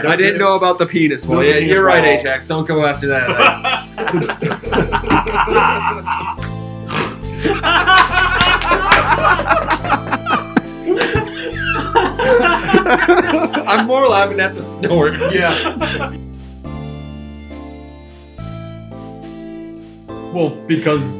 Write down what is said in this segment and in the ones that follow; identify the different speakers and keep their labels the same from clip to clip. Speaker 1: I didn't know about the penis one.
Speaker 2: Those are
Speaker 1: Yeah,
Speaker 2: penis
Speaker 1: you're right,
Speaker 2: balls.
Speaker 1: Ajax. Don't go after that. I'm more laughing at the snort.
Speaker 2: yeah.
Speaker 3: Well, because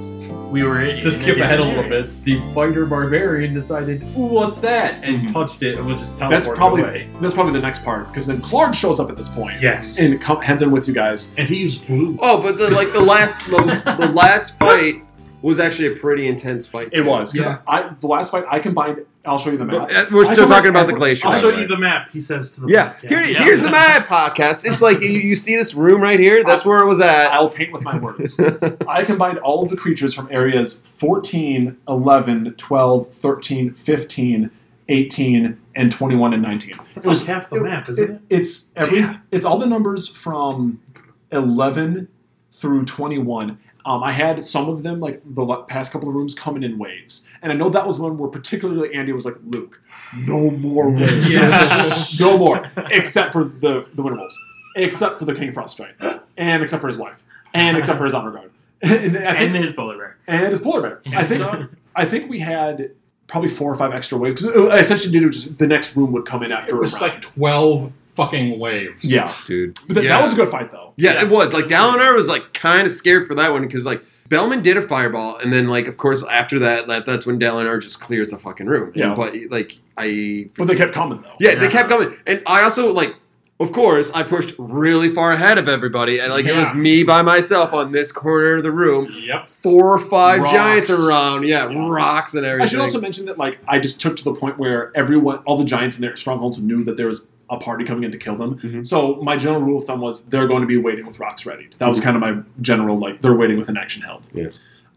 Speaker 3: we were to skip ahead a little bit, the fighter barbarian decided, "Ooh, what's that?" and
Speaker 4: Mm-hmm.
Speaker 2: Mhm.
Speaker 3: touched it and was just teleported
Speaker 2: That's probably
Speaker 3: away.
Speaker 2: that's probably the next part because then Clark shows up at this point
Speaker 3: yes. And,
Speaker 2: and come, heads in with you guys.
Speaker 3: he used blue.
Speaker 1: Oh, but the like the last the, the last fight was actually a pretty intense fight.
Speaker 2: It
Speaker 1: too.
Speaker 2: was because
Speaker 4: Yeah.
Speaker 2: I the last fight I combined. I'll show you the map.
Speaker 1: But, uh, we're
Speaker 2: I
Speaker 1: still
Speaker 2: don't
Speaker 1: talking about the
Speaker 2: ever-
Speaker 1: glacier.
Speaker 4: I'll
Speaker 1: by
Speaker 4: show
Speaker 1: the way.
Speaker 4: you the map, he says to the
Speaker 1: Yeah,
Speaker 4: podcast.
Speaker 1: Here, here's the my podcast. It's like you, you see this room right here. That's where it was at.
Speaker 2: I'll paint with my words. I combined all of the creatures from areas 14, 11, 12, 13, 15, 18, and 21 and 19.
Speaker 4: That's
Speaker 2: It was-
Speaker 4: like half the map, isn't
Speaker 2: It,
Speaker 4: it?
Speaker 2: it's every it's all the numbers from 11 through 21. Um, I had some of them like the la- past couple of rooms coming in waves, and I know that was one where particularly Andy was like, "Luke, no more waves,
Speaker 4: Yeah.
Speaker 2: no more," except for the the winter wolves, except for the king frost giant, and except for his wife, and except for his honor guard, and, I think-
Speaker 4: And his polar bear.
Speaker 2: and his polar bear. I think
Speaker 4: So,
Speaker 2: I think we had probably four or five extra waves. 'cause I essentially did it just the next room would come in after
Speaker 3: It
Speaker 2: a
Speaker 3: was
Speaker 2: round.
Speaker 3: like twelve fucking waves.
Speaker 2: yeah.
Speaker 1: Dude.
Speaker 2: But th-
Speaker 3: Yeah.
Speaker 2: that was a good fight, though.
Speaker 1: Yeah,
Speaker 3: Yeah.
Speaker 1: it was. Like Dalinar was like kind of scared for that one because like Bellman did a fireball, and then like of course after that, that that's when Dalinar just clears the fucking room.
Speaker 2: Yeah.
Speaker 1: but like I,
Speaker 2: But they kept coming, though.
Speaker 1: yeah, they
Speaker 4: Yeah.
Speaker 1: kept coming, and I also like. Of course, I pushed really far ahead of everybody, and like it was
Speaker 4: Yeah.
Speaker 1: me by myself on this corner of the room,
Speaker 3: Yep.
Speaker 1: four or five
Speaker 2: Rocks.
Speaker 1: giants around, yeah,
Speaker 2: Yeah.
Speaker 1: rocks and everything.
Speaker 2: I should also mention that, like, I just took to the point where everyone, all the giants in their strongholds knew that there was a party coming in to kill them.
Speaker 1: Mhm.
Speaker 2: So my general rule of thumb was they're going to be waiting with rocks ready. That was kind of my general, like, they're waiting with an action held.
Speaker 1: Mm-hmm. Yeah.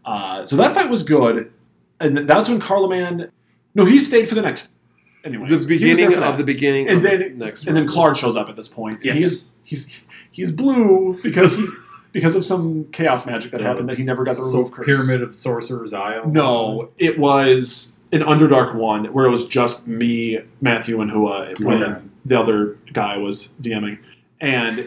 Speaker 2: Uh, so that fight was good. And th- that's when Carloman, no, he stayed for the next, anyway.
Speaker 1: the beginning of the beginning,
Speaker 2: And
Speaker 1: of the
Speaker 2: then-
Speaker 1: next,
Speaker 2: And then
Speaker 1: round.
Speaker 2: Clark shows up at this point. and
Speaker 3: Yes.
Speaker 2: He's, he's, he's blue because he, because of some chaos magic that happened that he never got the remove curse.
Speaker 3: Pyramid of Sorcerer's Isle.
Speaker 2: No, it was an Underdark one where it was just me, Matthew, and Hua when
Speaker 3: Okay.
Speaker 2: the other guy was DMing. And
Speaker 4: that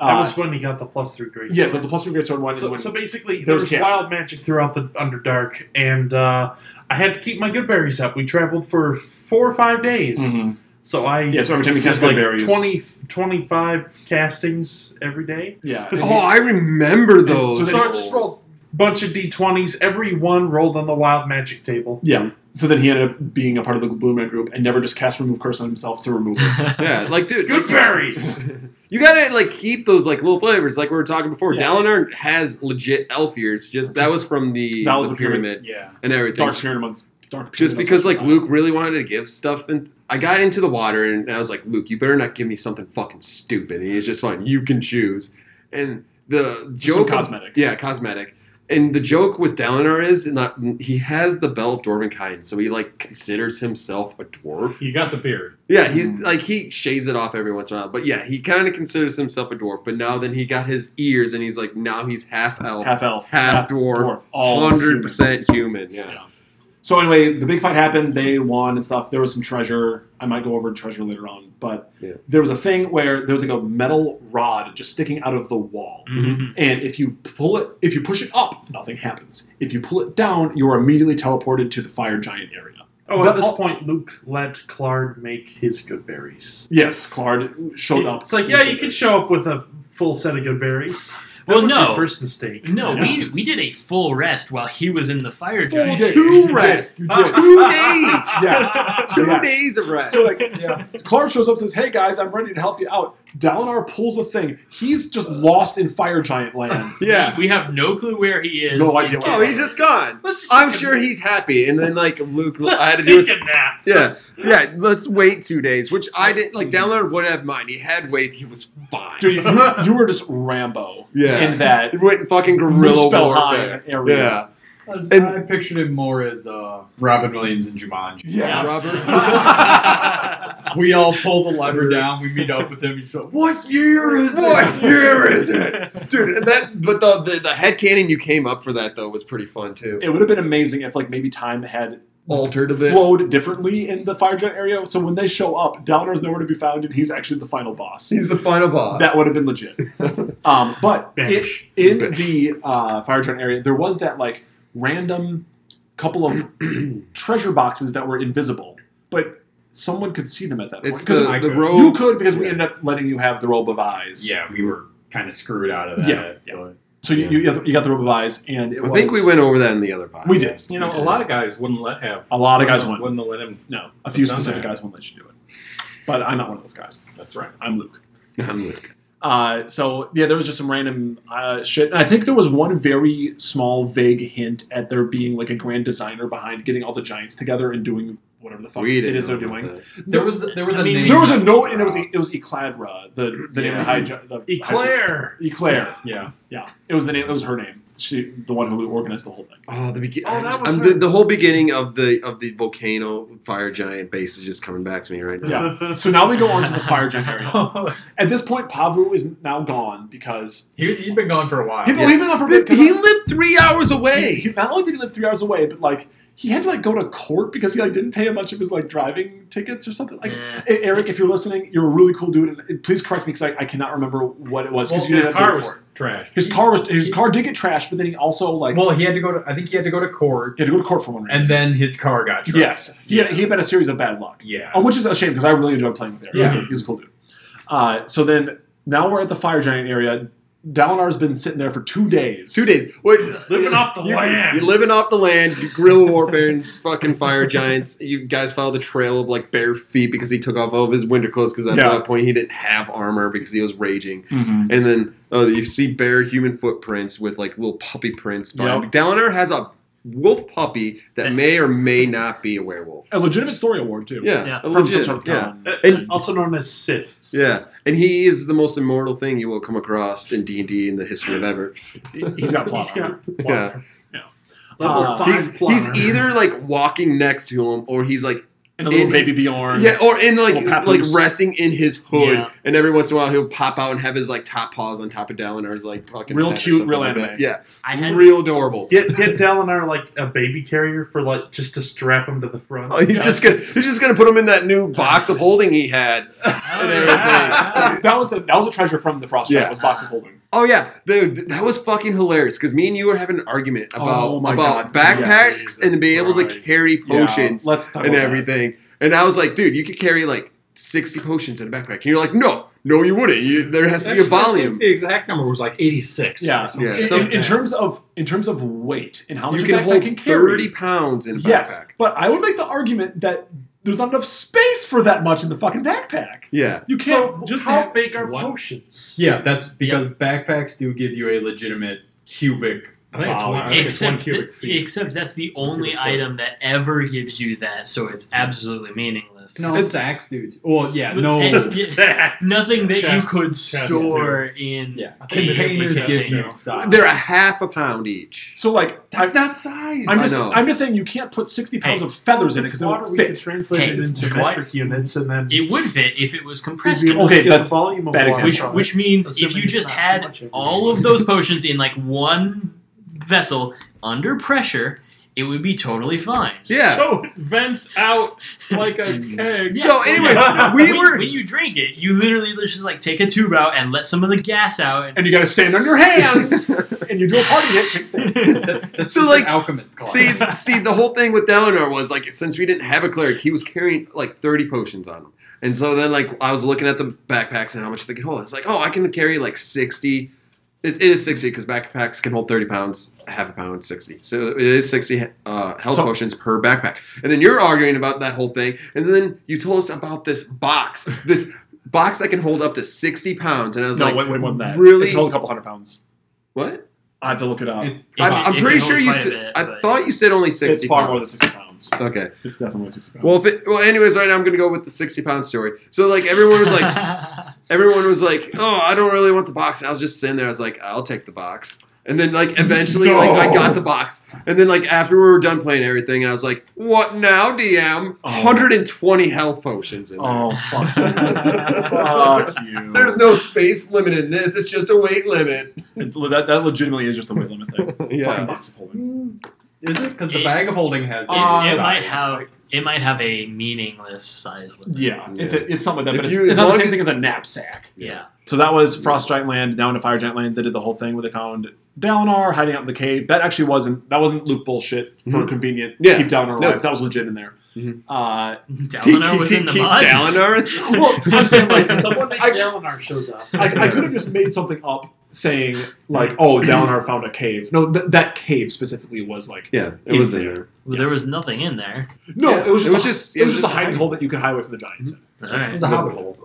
Speaker 2: uh,
Speaker 4: was when he got the plus three grades.
Speaker 2: yes, that's the plus three greatsword one.
Speaker 4: So,
Speaker 2: when-
Speaker 4: so basically,
Speaker 2: There
Speaker 4: there
Speaker 2: was
Speaker 4: was
Speaker 2: chaos.
Speaker 4: wild magic throughout the Underdark, and uh, I had to keep my good berries up. We traveled for four or five days,
Speaker 2: Mhm.
Speaker 4: so I
Speaker 2: Yeah, so every time you
Speaker 4: had
Speaker 2: cast
Speaker 4: like
Speaker 2: good berries.
Speaker 4: 20, 25 castings every day.
Speaker 2: yeah.
Speaker 1: oh, I remember
Speaker 2: then-
Speaker 1: those.
Speaker 2: so then-
Speaker 4: So I just rolled a bunch of d20s. Every one rolled on the wild magic table.
Speaker 2: yeah. So then he ended up being a part of the Blue Man group and never just cast remove curse on himself to remove it.
Speaker 1: yeah, like dude,
Speaker 4: Good
Speaker 1: like,
Speaker 4: berries.
Speaker 1: You gotta like keep those like little flavors, like we were talking before.
Speaker 2: Yeah.
Speaker 1: Dalinar has legit elf ears. Just that was from the
Speaker 2: That was the
Speaker 1: pyramid,
Speaker 2: pyramid.
Speaker 3: Yeah.
Speaker 1: and everything.
Speaker 2: Dark Pyramid amongst Dark Pyramid
Speaker 1: just
Speaker 2: amongst
Speaker 1: because like
Speaker 2: us.
Speaker 1: Luke really wanted to give stuff, and I got into the water and I was like, Luke, you better not give me something fucking stupid. And he's just like, you can choose. And the
Speaker 2: Just
Speaker 1: joke,
Speaker 2: some cosmetic.
Speaker 1: yeah, cosmetic. And the joke with Dalinar is not he has the bell of dwarvenkind, so he like considers himself a dwarf.
Speaker 3: You got the beard.
Speaker 1: Yeah, he
Speaker 2: Mm.
Speaker 1: like he shaves it off every once in a while, but yeah, he kind of considers himself a dwarf. But now then he got his ears, and he's like now he's half elf,
Speaker 2: half elf,
Speaker 1: half dwarf,
Speaker 2: all
Speaker 1: hundred
Speaker 2: human.
Speaker 1: percent human. Yeah,
Speaker 2: Yeah. So anyway, the big fight happened. They won and stuff. There was some treasure. I might go over treasure later on, but
Speaker 1: Yeah.
Speaker 2: there was a thing where there was like a metal rod just sticking out of the wall,
Speaker 4: Mm-hmm. Mm.
Speaker 2: and if you pull it, if you push it up, nothing happens. If you pull it down, you are immediately teleported to the fire giant area.
Speaker 4: Oh,
Speaker 2: But
Speaker 4: at this
Speaker 2: all-
Speaker 4: point, Luke let Claude make his good berries.
Speaker 2: Yes, Claude showed up.
Speaker 4: It's like, yeah, you can show up with a full set of good berries. That
Speaker 5: Well,
Speaker 4: was
Speaker 5: no.
Speaker 4: your first mistake.
Speaker 5: No,
Speaker 2: Yeah.
Speaker 5: we we did a full rest while he was in the fire
Speaker 2: Full
Speaker 5: giant.
Speaker 2: day.
Speaker 1: two
Speaker 2: You
Speaker 1: rest.
Speaker 2: did. You
Speaker 1: Two
Speaker 2: did.
Speaker 1: days.
Speaker 2: Yes.
Speaker 1: two
Speaker 2: Yes.
Speaker 1: days of rest.
Speaker 2: So like, yeah. Clark shows up and says, "Hey guys, I'm ready to help you out." Dalinar pulls a thing. He's just lost in fire giant land.
Speaker 1: yeah.
Speaker 5: We have no clue where he is.
Speaker 2: No idea
Speaker 1: Oh, he's just gone.
Speaker 4: Let's just
Speaker 1: I'm
Speaker 4: take a-
Speaker 1: sure he's happy. And then like Luke,
Speaker 4: Let's
Speaker 1: I had to do a,
Speaker 4: take
Speaker 1: s-
Speaker 4: a nap.
Speaker 1: yeah, yeah. Let's wait two days, which I didn't like. Download would have mine. He had wait. He was fine.
Speaker 2: Mm-hmm. Dude, you, you were just Rambo
Speaker 1: Yeah.
Speaker 2: in that
Speaker 1: It went fucking guerrilla warfare.
Speaker 2: Muspelheim area.
Speaker 1: Yeah.
Speaker 3: And,
Speaker 1: And-
Speaker 3: I pictured him more as uh, Robin Williams in Jumanji.
Speaker 2: Yes.
Speaker 3: we all pull the lever down. We meet up with him. He's like, "What year is
Speaker 1: What
Speaker 3: it?
Speaker 1: year is it, dude? and That but the the, the head cannon you came up for that though was pretty fun too.
Speaker 2: it would have been amazing if like maybe time had
Speaker 1: altered a bit.
Speaker 2: flowed differently in the Firejet area. So when they show up, Downer's nowhere to be found, and he's actually the final boss.
Speaker 1: He's the final boss.
Speaker 2: That would have been legit. um, but it,
Speaker 4: Banish.
Speaker 2: in the uh, Firejet area, there was that like random couple of treasure boxes that were invisible, but someone could see them at that
Speaker 1: It's
Speaker 2: point. 'Cause
Speaker 1: the,
Speaker 3: I
Speaker 1: the
Speaker 3: could.
Speaker 1: robe.
Speaker 2: you could because we
Speaker 1: Yeah.
Speaker 2: ended up letting you have the robe of eyes.
Speaker 3: Yeah, we were kind of screwed out of that.
Speaker 2: Yeah,
Speaker 3: but- uh,
Speaker 2: So you,
Speaker 1: Yeah.
Speaker 2: you, got the- you got the robe of eyes, and it
Speaker 1: I
Speaker 2: was,
Speaker 1: think we went over that in the other podcast.
Speaker 2: We did.
Speaker 6: You know, a lot of guys wouldn't let have.
Speaker 2: A lot of guys
Speaker 6: wouldn't,
Speaker 2: won.
Speaker 6: wouldn't let him.
Speaker 2: No, a few
Speaker 6: Done
Speaker 2: specific
Speaker 6: that.
Speaker 2: guys won't let you do it. But I'm not one of those guys.
Speaker 6: That's right.
Speaker 2: I'm Luke.
Speaker 1: I'm Luke.
Speaker 2: Uh, so yeah, there was just some random uh, shit, and I think there was one very small, vague hint at there being like a grand designer behind getting all the giants together and doing whatever the fuck
Speaker 1: We
Speaker 2: it
Speaker 1: didn't
Speaker 2: is
Speaker 1: know
Speaker 2: they're
Speaker 1: about
Speaker 2: doing.
Speaker 1: that.
Speaker 3: There was there was
Speaker 5: I
Speaker 3: a
Speaker 5: mean,
Speaker 3: name
Speaker 2: There was a
Speaker 3: that-
Speaker 2: note, and it was E, it was Ecladra, the the name of the high gi- the
Speaker 4: Eclair.
Speaker 2: Eclair.
Speaker 6: Yeah.
Speaker 2: Yeah, it was the name. It was her name. She the one who organized the whole thing.
Speaker 1: Oh, the beginning.
Speaker 4: Oh, that was
Speaker 1: the, the whole beginning of the of the volcano fire giant base is just coming back to me right now.
Speaker 2: Yeah. So now we go on to the fire giant area. At this point, Pavu is now gone because
Speaker 3: He, he'd been gone for a while.
Speaker 2: he,
Speaker 1: Yeah.
Speaker 2: he been out for a bit. 'cause
Speaker 1: He
Speaker 2: I-
Speaker 1: lived three hours away.
Speaker 2: He, he- not only did he live three hours away, but like he had to like go to court because he like didn't pay much of his like driving tickets or something. Like
Speaker 5: Yeah.
Speaker 2: E- Eric, if you're listening, you're a really cool dude, and please correct me because I, I cannot remember what it was
Speaker 6: Well,
Speaker 2: because
Speaker 6: his car was
Speaker 2: court.
Speaker 6: trashed.
Speaker 2: his car was his car did get trashed, but then he also like
Speaker 3: well, he had to go to. I think he had to go to court,
Speaker 2: he had to go to court for one reason.
Speaker 3: and then his car got trashed.
Speaker 2: yes, he had he had been a series of bad luck,
Speaker 3: Yeah.
Speaker 2: um, which is a shame because I really enjoyed playing with Eric. He was a- He, was a, cool dude. Uh, so then now we're at the fire giant area. Dalinar's been sitting there for two days.
Speaker 1: Two days. Wait,
Speaker 4: Living off the
Speaker 1: you,
Speaker 4: land.
Speaker 1: You're living off the land. you Guerrilla warfare and fucking fire giants. You guys follow the trail of like bare feet because he took off all of his winter clothes because at
Speaker 2: Yeah.
Speaker 1: that point he didn't have armor because he was raging.
Speaker 2: Mhm.
Speaker 1: And then uh, you see bare human footprints with like little puppy prints. But
Speaker 2: Yep.
Speaker 1: Downer has a wolf puppy that
Speaker 5: That-
Speaker 1: may or may not be a werewolf.
Speaker 2: A legitimate story award too.
Speaker 1: Yeah,
Speaker 5: Yeah,
Speaker 1: a
Speaker 2: From some
Speaker 1: legit-
Speaker 2: sort of
Speaker 1: yeah.
Speaker 2: con.
Speaker 1: And-
Speaker 4: also known as Sith.
Speaker 1: Yeah, and he is the most immortal thing you will come across in D and D in the history of ever.
Speaker 2: He's got plot.
Speaker 4: He's
Speaker 2: armor.
Speaker 4: got
Speaker 1: Yeah.
Speaker 4: level
Speaker 2: Uh,
Speaker 4: five
Speaker 1: He's, he's
Speaker 4: plumber.
Speaker 1: either like walking next to him, or he's like
Speaker 2: and a little
Speaker 1: In-
Speaker 2: baby Bjorn.
Speaker 1: yeah, or in like
Speaker 2: Little papoose.
Speaker 1: like resting in his hood,
Speaker 5: Yeah.
Speaker 1: and every once in a while he'll pop out and have his like top paws on top of Dallin, or his like fucking
Speaker 2: Real
Speaker 1: head or
Speaker 2: cute,
Speaker 1: something
Speaker 2: real
Speaker 1: like that.
Speaker 2: anime.
Speaker 1: Yeah,
Speaker 5: I had
Speaker 1: real adorable.
Speaker 4: Get get Dalinar like a baby carrier for like just to strap him to the front.
Speaker 1: Oh, he's just gonna he's just gonna put him in that new box of holding he had.
Speaker 5: Oh,
Speaker 1: everything.
Speaker 5: yeah.
Speaker 2: that was a that was a treasure from the Frost Giant.
Speaker 1: Yeah.
Speaker 2: Was box of holding.
Speaker 1: Oh yeah, dude, that was fucking hilarious because me and you were having an argument about
Speaker 2: Oh my
Speaker 1: about
Speaker 2: God,
Speaker 1: backpacks
Speaker 4: yes.
Speaker 1: and be able to
Speaker 4: Right.
Speaker 1: carry potions.
Speaker 2: Yeah, let's talk
Speaker 1: and
Speaker 2: about
Speaker 1: everything. And I was like, dude, you could carry like 60 potions in a backpack. And you're like, no, no, you wouldn't. You, there has to be a volume.
Speaker 3: The exact number was like 86.
Speaker 2: That. Yeah.
Speaker 1: Yeah.
Speaker 2: In-
Speaker 1: Some-
Speaker 2: in, in terms of in terms of weight and how much
Speaker 1: You
Speaker 2: a
Speaker 1: can
Speaker 2: backpack
Speaker 1: hold
Speaker 2: can carry.
Speaker 1: 30 pounds in a backpack.
Speaker 2: yes, but I would make the argument that there's not enough space for that much in the fucking backpack.
Speaker 1: Yeah.
Speaker 2: You
Speaker 4: So
Speaker 2: can't just
Speaker 4: how
Speaker 2: have,
Speaker 4: big are
Speaker 6: one-
Speaker 4: potions?
Speaker 3: Yeah, that's because backpacks do give you a legitimate cubic.
Speaker 6: I think it's
Speaker 3: volume.
Speaker 6: one- I think it's
Speaker 5: Except,
Speaker 6: cubic feet.
Speaker 5: except that's the only
Speaker 3: cubic foot.
Speaker 5: item that ever gives you that, so it's absolutely meaningless.
Speaker 3: No,
Speaker 1: It's-
Speaker 3: sacks, dude. Well, yeah,
Speaker 5: With-
Speaker 3: no.
Speaker 5: and-
Speaker 4: Sacks.
Speaker 5: Nothing that you
Speaker 6: Chest-
Speaker 5: could
Speaker 6: chest
Speaker 5: store in
Speaker 3: yeah.
Speaker 5: in a
Speaker 3: Containers
Speaker 5: different
Speaker 3: give
Speaker 5: container.
Speaker 3: you size.
Speaker 1: They're a half a pound each.
Speaker 2: so like
Speaker 3: That's
Speaker 2: I-
Speaker 3: not size.
Speaker 2: I'm
Speaker 1: I
Speaker 2: just
Speaker 1: know.
Speaker 2: I'm just saying you can't put 60 pounds
Speaker 5: Hey,
Speaker 2: of feathers in it
Speaker 4: It's
Speaker 2: because it
Speaker 4: water
Speaker 2: won't
Speaker 4: we could
Speaker 2: fit.
Speaker 4: translate
Speaker 5: Hey,
Speaker 4: it
Speaker 5: it's
Speaker 4: into
Speaker 2: dry.
Speaker 4: metric units and then
Speaker 5: It would fit if it was compressed.
Speaker 4: we'd be able
Speaker 5: enough.
Speaker 4: to
Speaker 2: Okay,
Speaker 4: get
Speaker 2: that's
Speaker 4: the volume of
Speaker 2: bad
Speaker 4: water
Speaker 5: which
Speaker 4: from
Speaker 5: which
Speaker 4: it,
Speaker 5: means if
Speaker 4: assuming
Speaker 5: you
Speaker 4: it's
Speaker 5: just
Speaker 4: not too
Speaker 5: had
Speaker 4: much of it.
Speaker 5: all of those potions in like one vessel under pressure, it would be totally fine.
Speaker 1: Yeah.
Speaker 4: so it vents out like a keg.
Speaker 1: So anyways,
Speaker 4: Yeah.
Speaker 1: we
Speaker 5: when,
Speaker 1: were
Speaker 5: when you drink it, you literally just like take a tube out and let some of the gas out. And,
Speaker 2: And you got to stand on your hands and you do a party hit kickstand.
Speaker 3: That- that's
Speaker 1: So,
Speaker 3: just
Speaker 1: like,
Speaker 3: an alchemist class.
Speaker 1: see see the whole thing with Dalinar was like since we didn't have a cleric, he was carrying like 30 potions on him. And so then like I was looking at the backpacks and how much they could hold. It's like, oh, I can carry like 60. It, it is 60 because backpacks can hold 30 pounds, half a pound, 60. So it is 60 uh, health
Speaker 2: So-
Speaker 1: potions per backpack. And then you're arguing about that whole thing. And then you told us about this box, this box that can hold up to 60 pounds. And I was
Speaker 2: No,
Speaker 1: like,
Speaker 2: wait, wait, more than that.
Speaker 1: really?
Speaker 2: It can hold a couple hundred pounds.
Speaker 1: what?
Speaker 2: I have to look it up.
Speaker 3: It's-
Speaker 5: It-
Speaker 1: I'm,
Speaker 5: it
Speaker 1: I'm pretty
Speaker 5: can
Speaker 1: sure
Speaker 5: hold
Speaker 1: you
Speaker 5: quite a
Speaker 1: said,
Speaker 5: bit,
Speaker 1: I
Speaker 5: but-
Speaker 1: thought you said only 60
Speaker 2: it's far more
Speaker 1: pounds.
Speaker 2: than 60 pounds.
Speaker 1: okay.
Speaker 2: It's definitely more than 60 pounds.
Speaker 1: Well, if it, well, anyways, right now I'm gonna go with the 60 pound story. So like everyone was like, everyone was like, oh, I don't really want the box. And I was just sitting there. I was like, I'll take the box. And then like eventually, like I got the box. And then like after we were done playing everything, and I was like, what now, DM?
Speaker 2: Oh.
Speaker 1: 120 health potions in there.
Speaker 2: oh, fuck you. fuck you.
Speaker 1: There's no space limit in this. It's just a weight limit.
Speaker 2: It's- that, that legitimately is just a weight limit thing. Fucking
Speaker 1: yeah.
Speaker 2: box of holding.
Speaker 3: Is it? Because the
Speaker 5: It-
Speaker 3: bag of holding has.
Speaker 5: It,
Speaker 2: Uh,
Speaker 5: it
Speaker 2: size,
Speaker 5: might have it might have a meaningless size limit.
Speaker 2: Yeah, it's a, it's something like
Speaker 1: If
Speaker 2: that, but
Speaker 1: you-
Speaker 2: it's,
Speaker 1: as
Speaker 2: it's not the
Speaker 1: long
Speaker 2: same
Speaker 1: as-
Speaker 2: thing as a knapsack.
Speaker 5: Yeah.
Speaker 2: So that was Frost Giant Land, down to Fire Giant Land. They did the whole thing where they found Dalinar hiding out in the cave. That actually wasn't that wasn't Luke bullshit for
Speaker 1: Mhm.
Speaker 2: convenient
Speaker 1: Yeah.
Speaker 2: keep Dalinar
Speaker 1: No.
Speaker 2: alive. That was legit in there.
Speaker 1: Mhm.
Speaker 2: Uh,
Speaker 5: Dalinar was in the
Speaker 1: keep
Speaker 5: mud.
Speaker 1: Dalinar.
Speaker 2: well, I'm saying like
Speaker 4: Someone named
Speaker 2: I-
Speaker 4: Dalinar shows up.
Speaker 2: I, I could have just made something up saying like, oh, Dalinar found a cave. No, th- that cave specifically was like
Speaker 1: Yeah, it was in there.
Speaker 5: Well, There was nothing in there.
Speaker 2: no,
Speaker 1: Yeah,
Speaker 2: it was
Speaker 1: it
Speaker 2: just
Speaker 1: was
Speaker 2: a,
Speaker 1: just
Speaker 2: it was just a hiding
Speaker 1: hiding
Speaker 2: hole that you could hide away from the giants.
Speaker 5: All
Speaker 6: It's-
Speaker 5: right.
Speaker 6: It's a hobbit hole.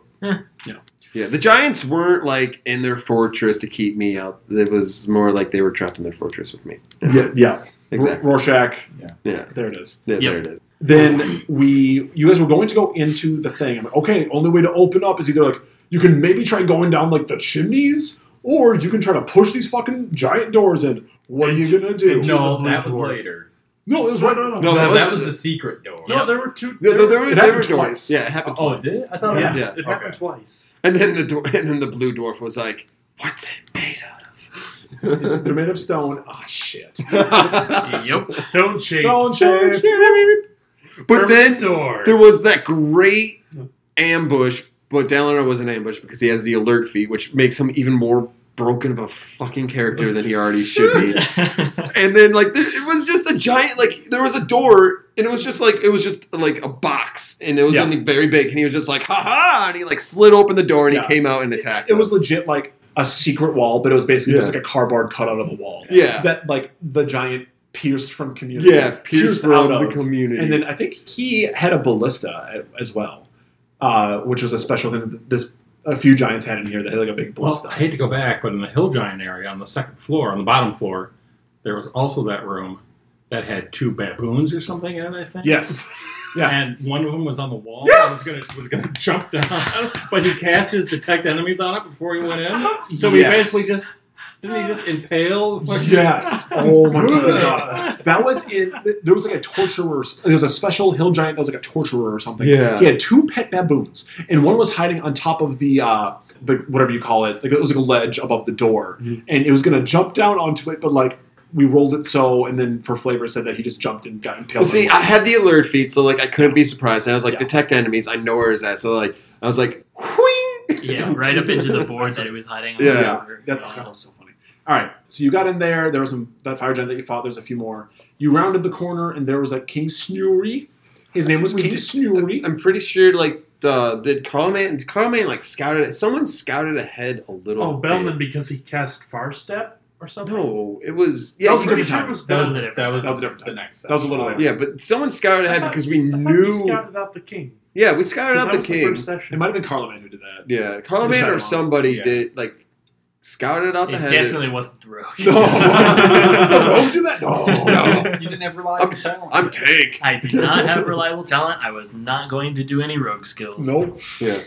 Speaker 1: Yeah, the Giants weren't like in their fortress to keep me out. It was more like they were trapped in their fortress with me.
Speaker 2: Yeah, yeah,
Speaker 1: exactly.
Speaker 2: R- Rorschach.
Speaker 6: Yeah.
Speaker 1: Yeah.
Speaker 2: there it is.
Speaker 1: Yeah,
Speaker 5: Yep.
Speaker 1: there it is.
Speaker 2: Then we, you guys were going to go into the thing. I'm like, okay, only way to open up is either like you can maybe try going down like the chimneys, or you can try to push these fucking giant doors in. What are you gonna do?
Speaker 4: Into the
Speaker 3: No,
Speaker 4: blue
Speaker 3: that was
Speaker 4: dwarf.
Speaker 3: later.
Speaker 2: No, it Oh, was right.
Speaker 4: no,
Speaker 1: No, that
Speaker 3: that
Speaker 1: was-
Speaker 3: was the secret door.
Speaker 4: No, there were two.
Speaker 1: No, there, there was, there
Speaker 2: It happened
Speaker 1: were doors.
Speaker 2: twice.
Speaker 1: Yeah, it happened
Speaker 3: Oh, it
Speaker 1: twice.
Speaker 3: did? I thought
Speaker 4: Yes,
Speaker 3: it
Speaker 1: Yeah.
Speaker 3: was.
Speaker 4: it happened
Speaker 3: Okay.
Speaker 4: twice.
Speaker 1: And then the dwar- and then the blue dwarf was like, "What's it made
Speaker 2: It's- they're made of stone. Ah, shit.
Speaker 1: of?"
Speaker 5: Yep.
Speaker 4: Stone shape.
Speaker 2: Stone shape.
Speaker 1: but then
Speaker 4: door.
Speaker 1: there was that great ambush. But Dalinar was an ambush because he has the alert feat, which makes him even more broken of a fucking character than he already should be. And then like there, it was just a giant like there was a door and it was just like it was just like a box and it was
Speaker 2: Yeah.
Speaker 1: something very big and he was just like ha ha and he like slid open the door and
Speaker 2: Yeah.
Speaker 1: he came out and attacked.
Speaker 2: It was
Speaker 1: us.
Speaker 2: legit like a secret wall, but it was basically
Speaker 1: Yeah.
Speaker 2: just like a cardboard cutout of the wall.
Speaker 1: Yeah.
Speaker 2: That like the giant pierced from community.
Speaker 1: yeah, pierced from
Speaker 2: out
Speaker 1: the
Speaker 2: of.
Speaker 1: community.
Speaker 2: And then I think he had a ballista a- as well, uh, which was a special thing that this a few giants had in here that had like a big
Speaker 6: Well,
Speaker 2: ballista.
Speaker 6: I hate to go back, but in the hill giant area on the second floor, on the bottom floor, there was also that room that had two baboons or something in it. I think.
Speaker 2: yes, yeah.
Speaker 6: And one of them was on the wall.
Speaker 2: Yes!
Speaker 6: And was gonna was gonna jump down, but he cast his detect enemies on it before he went in. So he
Speaker 2: Yes.
Speaker 6: basically just didn't he just impale? the fucking-
Speaker 2: Yes. Oh my god.
Speaker 4: Good.
Speaker 2: That was in. There was like a torturer. There was a special hill giant that was like a torturer or something.
Speaker 1: Yeah.
Speaker 2: He had two pet baboons, and one was hiding on top of the uh, the whatever you call it. Like it was like a ledge above the door,
Speaker 1: Mhm.
Speaker 2: and it was gonna jump down onto it, but like we rolled it so, and then for flavor said that he just jumped and got impaled.
Speaker 1: Well, see, I had the alert feed, so like I couldn't be surprised. And I was like,
Speaker 2: Yeah.
Speaker 1: detect enemies. I know where it's at. So like I was like, whing.
Speaker 5: yeah, right up into the board that it was hiding. on.
Speaker 1: Yeah.
Speaker 2: That, that was so funny. All right, so you got in there. There was some that fire giant that you fought. There's a few more. You rounded the corner, and there was like King Snewery. His name was
Speaker 1: We
Speaker 2: King
Speaker 1: did-
Speaker 2: Snewery.
Speaker 1: I'm pretty sure like uh, did Carlman did Carlman like scouted it? Someone scouted ahead a little.
Speaker 4: Oh,
Speaker 1: bit.
Speaker 4: Bellman because he cast Far Step or something.
Speaker 1: No, it was yeah.
Speaker 2: That was
Speaker 1: you-
Speaker 2: a different
Speaker 4: Pretty sure
Speaker 2: time.
Speaker 4: it was
Speaker 3: That was,
Speaker 4: Bellman.
Speaker 5: it.
Speaker 3: that was
Speaker 2: That was a different
Speaker 3: the next.
Speaker 2: That was a little later.
Speaker 1: yeah, but someone scouted
Speaker 4: I
Speaker 1: ahead
Speaker 4: thought-
Speaker 1: because we
Speaker 4: I thought
Speaker 1: knew.
Speaker 4: We scouted out the king.
Speaker 1: yeah, we scouted
Speaker 4: 'Cause
Speaker 1: out
Speaker 4: that
Speaker 1: the
Speaker 4: was
Speaker 1: king.
Speaker 4: first
Speaker 2: It
Speaker 4: session.
Speaker 2: might have been Carloman who did that.
Speaker 1: yeah, Carlman
Speaker 2: Shyamalan.
Speaker 1: or somebody
Speaker 6: Yeah.
Speaker 1: did like scouted out the
Speaker 5: It
Speaker 1: head.
Speaker 5: definitely wasn't the rogue.
Speaker 2: No, no, don't do that. No,
Speaker 1: No.
Speaker 6: You didn't have rely
Speaker 1: I'm,
Speaker 6: on talent.
Speaker 1: I'm tank.
Speaker 5: I did not have reliable talent. I was not going to do any rogue skills.
Speaker 2: Nope.
Speaker 1: Yeah.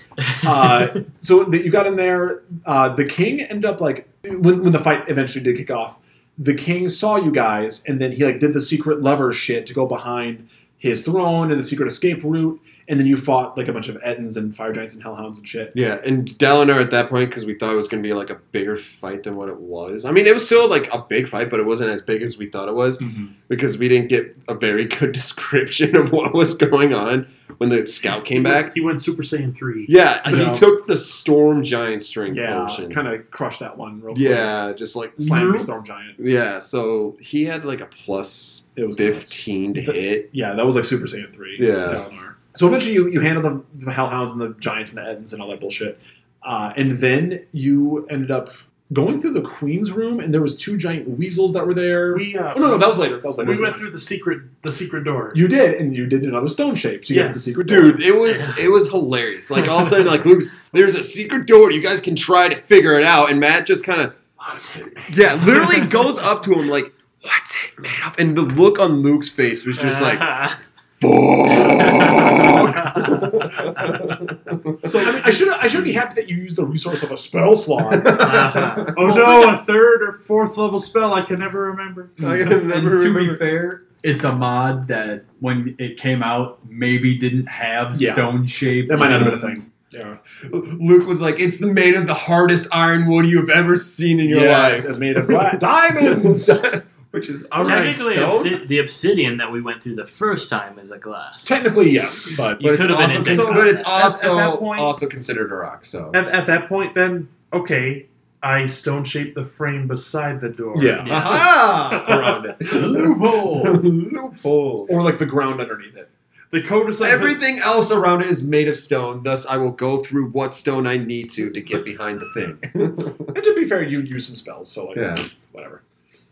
Speaker 2: Uh, so that you got in there, uh, the king ended up like when, when the fight eventually did kick off. The king saw you guys, and then he like did the secret lever shit to go behind his throne and the secret escape route. And then you fought like a bunch of Ettins and fire giants and hellhounds and shit.
Speaker 1: Yeah, and Dalinar at that point because we thought it was going to be like a bigger fight than what it was. I mean, it was still like a big fight, but it wasn't as big as we thought it
Speaker 2: Hmm.
Speaker 1: was
Speaker 4: Mm-hmm.
Speaker 1: because we didn't get a very good description of what was going on when the scout came back.
Speaker 4: He went Super Saiyan three.
Speaker 1: Yeah,
Speaker 2: Yeah.
Speaker 1: he took the storm giant string
Speaker 2: Yeah,
Speaker 1: portion.
Speaker 2: kind of crushed that one real quick.
Speaker 1: yeah, Mm-hmm. just like
Speaker 2: slammed the
Speaker 1: nope.
Speaker 2: storm giant.
Speaker 1: Yeah, so he had like a plus
Speaker 2: It was nuts.
Speaker 1: fifteen to
Speaker 2: The-
Speaker 1: hit.
Speaker 2: Yeah, that was like Super Saiyan 3.
Speaker 1: Yeah.
Speaker 2: Dalinar. So eventually you, you handle the, the Hellhounds and the Giants and the Ettins and all that bullshit. Uh, and then you ended up going through the Queen's room and there was two giant weasels that were there.
Speaker 4: We uh,
Speaker 2: oh, no, no, that was later. That was later.
Speaker 4: we went through the secret the secret door.
Speaker 2: You did, and you did another stone shape. So you got to the
Speaker 4: Yes.
Speaker 2: secret door.
Speaker 1: Dude, it was it was hilarious. Like all of a sudden, like Luke's there's a secret door. You guys can try to figure it out. And Matt just kind of yeah, literally goes up to him like, "What's it, man?" And the look on Luke's face was just like, "Fuck."
Speaker 2: So I, mean, I should I should be happy that you used the resource of a spell slot.
Speaker 5: Uh-huh.
Speaker 4: oh no, a third or fourth level spell I can never remember.
Speaker 1: I can
Speaker 3: And
Speaker 1: never
Speaker 3: to
Speaker 1: remember.
Speaker 3: be fair, it's a mod that when it came out maybe didn't have
Speaker 2: Yeah.
Speaker 3: stone shape.
Speaker 2: that might not have been a thing. Yeah.
Speaker 1: Luke was like, "It's the made of the hardest iron wood you have ever seen in your
Speaker 2: Yes, it's made of gla- diamonds.
Speaker 1: life." which is
Speaker 4: All right.
Speaker 5: Technically,
Speaker 4: stone?
Speaker 5: obsid- the obsidian that we went through the first time is a glass.
Speaker 2: Technically, yes, but
Speaker 5: You
Speaker 1: but it's
Speaker 5: could have
Speaker 1: also,
Speaker 5: been
Speaker 1: so,
Speaker 5: invented.
Speaker 1: but it's
Speaker 4: At- at
Speaker 1: also
Speaker 4: that point-
Speaker 1: also considered a rock. So
Speaker 4: At, at that point, then okay, I stone shaped the frame beside the door.
Speaker 2: Yeah.
Speaker 1: Aha! around it.
Speaker 3: Loophole.
Speaker 1: Loophole.
Speaker 2: or like the ground underneath it.
Speaker 4: the code is like
Speaker 1: Everything else around it is made of stone. Thus, I will go through what stone I need to to get behind the thing.
Speaker 2: And to be fair, you use some spells, so like
Speaker 1: Yeah.
Speaker 2: whatever.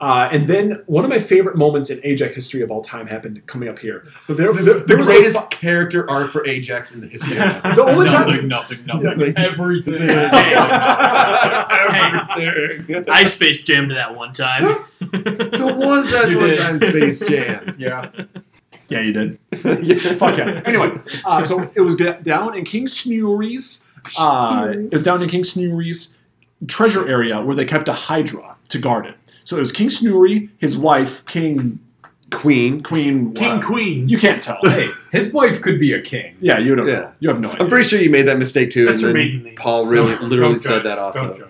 Speaker 2: Uh, and then one of my favorite moments in Ajax history of all time happened coming up here. But there, there,
Speaker 1: the
Speaker 2: there was a
Speaker 1: greatest character arc for Ajax in the history of ever.
Speaker 2: The only time-
Speaker 3: nothing, nothing, nothing,
Speaker 1: Nothing.
Speaker 3: everything.
Speaker 1: Everything.
Speaker 5: I space jammed that one time.
Speaker 1: There was that
Speaker 3: You
Speaker 1: one
Speaker 3: did.
Speaker 1: time Space Jam.
Speaker 3: yeah.
Speaker 2: yeah, you did.
Speaker 1: yeah.
Speaker 2: Fuck yeah. Anyway, uh, so it was get- down in King Snewery's. Uh, it was down in King Snewery's treasure area where they kept a Hydra to guard it. So it was King Snewery, his wife, King
Speaker 1: Queen.
Speaker 2: Queen
Speaker 4: King
Speaker 2: uh,
Speaker 4: Queen.
Speaker 2: You can't tell.
Speaker 3: Hey, his wife could be a king.
Speaker 2: Yeah, you don't.
Speaker 1: Yeah.
Speaker 2: Know. You have no idea.
Speaker 1: I'm pretty sure you made that mistake too.
Speaker 4: That's her
Speaker 1: and
Speaker 4: maiden
Speaker 1: then
Speaker 4: name.
Speaker 1: Paul really
Speaker 6: Don't-
Speaker 1: literally
Speaker 6: don't
Speaker 1: said
Speaker 6: judge.
Speaker 1: that
Speaker 6: Don't
Speaker 1: also.
Speaker 6: judge.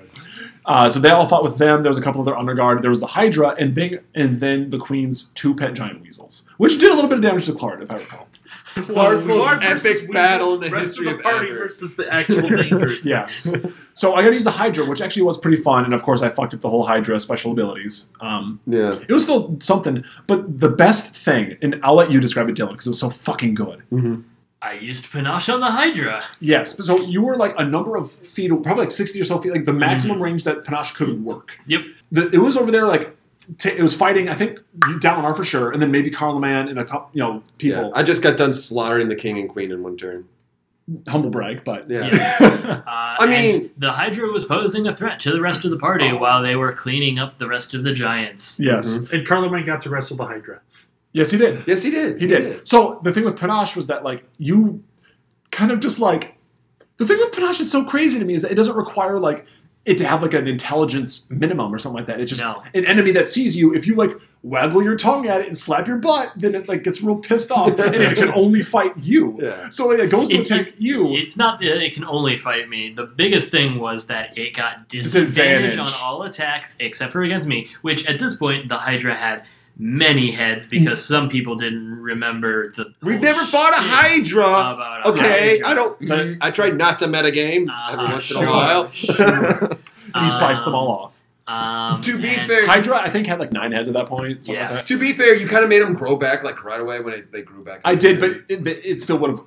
Speaker 2: Uh, so they all fought with them. There was a couple other underguard. There was the Hydra, and then and then the Queen's two pet giant weasels, which did a little bit of damage to Clart, if I recall.
Speaker 1: Clark's most
Speaker 4: Lord
Speaker 1: epic
Speaker 4: versus Weasels,
Speaker 1: battle in the
Speaker 4: rest
Speaker 1: history
Speaker 4: of the
Speaker 1: of
Speaker 4: party
Speaker 1: ever.
Speaker 4: versus the actual dangers.
Speaker 2: Yes. so I got to use the Hydra, which actually was pretty fun, and of course I fucked up the whole Hydra special abilities. Um,
Speaker 1: Yeah.
Speaker 2: it was still something, but the best thing, and I'll let you describe it, Dylan, because it was so fucking good.
Speaker 5: I used panache on the Hydra.
Speaker 2: Yes. So you were like a number of feet, probably like sixty or so feet, like the maximum range that Panache could work.
Speaker 5: Yep.
Speaker 2: the, it was over there like t- it was fighting I think Dalinar for sure and then maybe Carl Man and a couple you know
Speaker 1: Yeah.
Speaker 2: people
Speaker 1: I just got done slaughtering the king and queen in one turn.
Speaker 2: humble brag but
Speaker 1: Yeah.
Speaker 5: Yeah.
Speaker 2: yeah
Speaker 5: Uh,
Speaker 1: I
Speaker 5: and
Speaker 1: mean-
Speaker 5: the Hydra was posing a threat to the rest of the party
Speaker 1: Oh.
Speaker 5: while they were cleaning up the rest of the giants.
Speaker 2: yes
Speaker 4: And Carloman got to wrestle the Hydra.
Speaker 2: yes he did
Speaker 1: Yes, he did.
Speaker 2: he did so the thing with Panache was that like you kind of just like the thing with Panache is so crazy to me is that it doesn't require like it to have like an intelligence minimum or something like that it's just
Speaker 5: No.
Speaker 2: an enemy that sees you if you like waggle your tongue at it and slap your butt then it like gets real pissed off and it can only fight you
Speaker 1: Yeah.
Speaker 2: so it goes to
Speaker 5: It-
Speaker 2: attack you
Speaker 5: It's not that it can only fight me. The biggest thing was that it got
Speaker 2: Disadvantage.
Speaker 5: disadvantage on all attacks except for against me, which at this point the Hydra had many heads because some people didn't remember the.
Speaker 1: Mm. We've
Speaker 5: whole
Speaker 1: never fought a
Speaker 5: shit
Speaker 1: Hydra.
Speaker 5: about a
Speaker 1: okay,
Speaker 5: Hydra.
Speaker 1: I don't.
Speaker 2: But-
Speaker 1: I tried not to metagame
Speaker 5: Uh-huh,
Speaker 1: every once in
Speaker 5: sure,
Speaker 1: a while.
Speaker 5: sure.
Speaker 2: and he sliced them
Speaker 5: Um,
Speaker 2: all off
Speaker 5: Um,
Speaker 1: To be
Speaker 5: and-
Speaker 1: fair-
Speaker 2: Hydra, I think, had like nine heads at that point. Something
Speaker 5: Yeah.
Speaker 2: like that.
Speaker 1: to be fair, you kind of made them grow back like right away when it, they grew back.
Speaker 2: I did, but it, it still would have,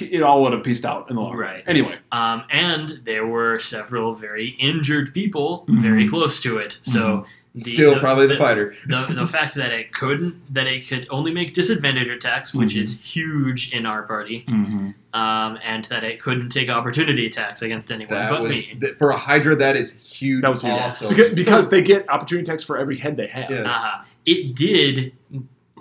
Speaker 2: it all would have pieced out in the long run.
Speaker 5: Right.
Speaker 2: Anyway,
Speaker 5: Um, and there were several very injured people very close to it. So the,
Speaker 1: Mm-hmm. still probably the, fighter.
Speaker 5: the, the fact that it couldn't that it could only make disadvantage attacks, which
Speaker 1: Mm-hmm.
Speaker 5: is huge in our party, um, and that it couldn't take opportunity attacks against anyone
Speaker 1: That
Speaker 5: but
Speaker 1: was
Speaker 5: me.
Speaker 1: that- for a Hydra. That is huge.
Speaker 2: That was huge.
Speaker 1: awesome.
Speaker 2: because, because they get opportunity attacks for every head they have.
Speaker 1: Yeah.
Speaker 5: Uh, it did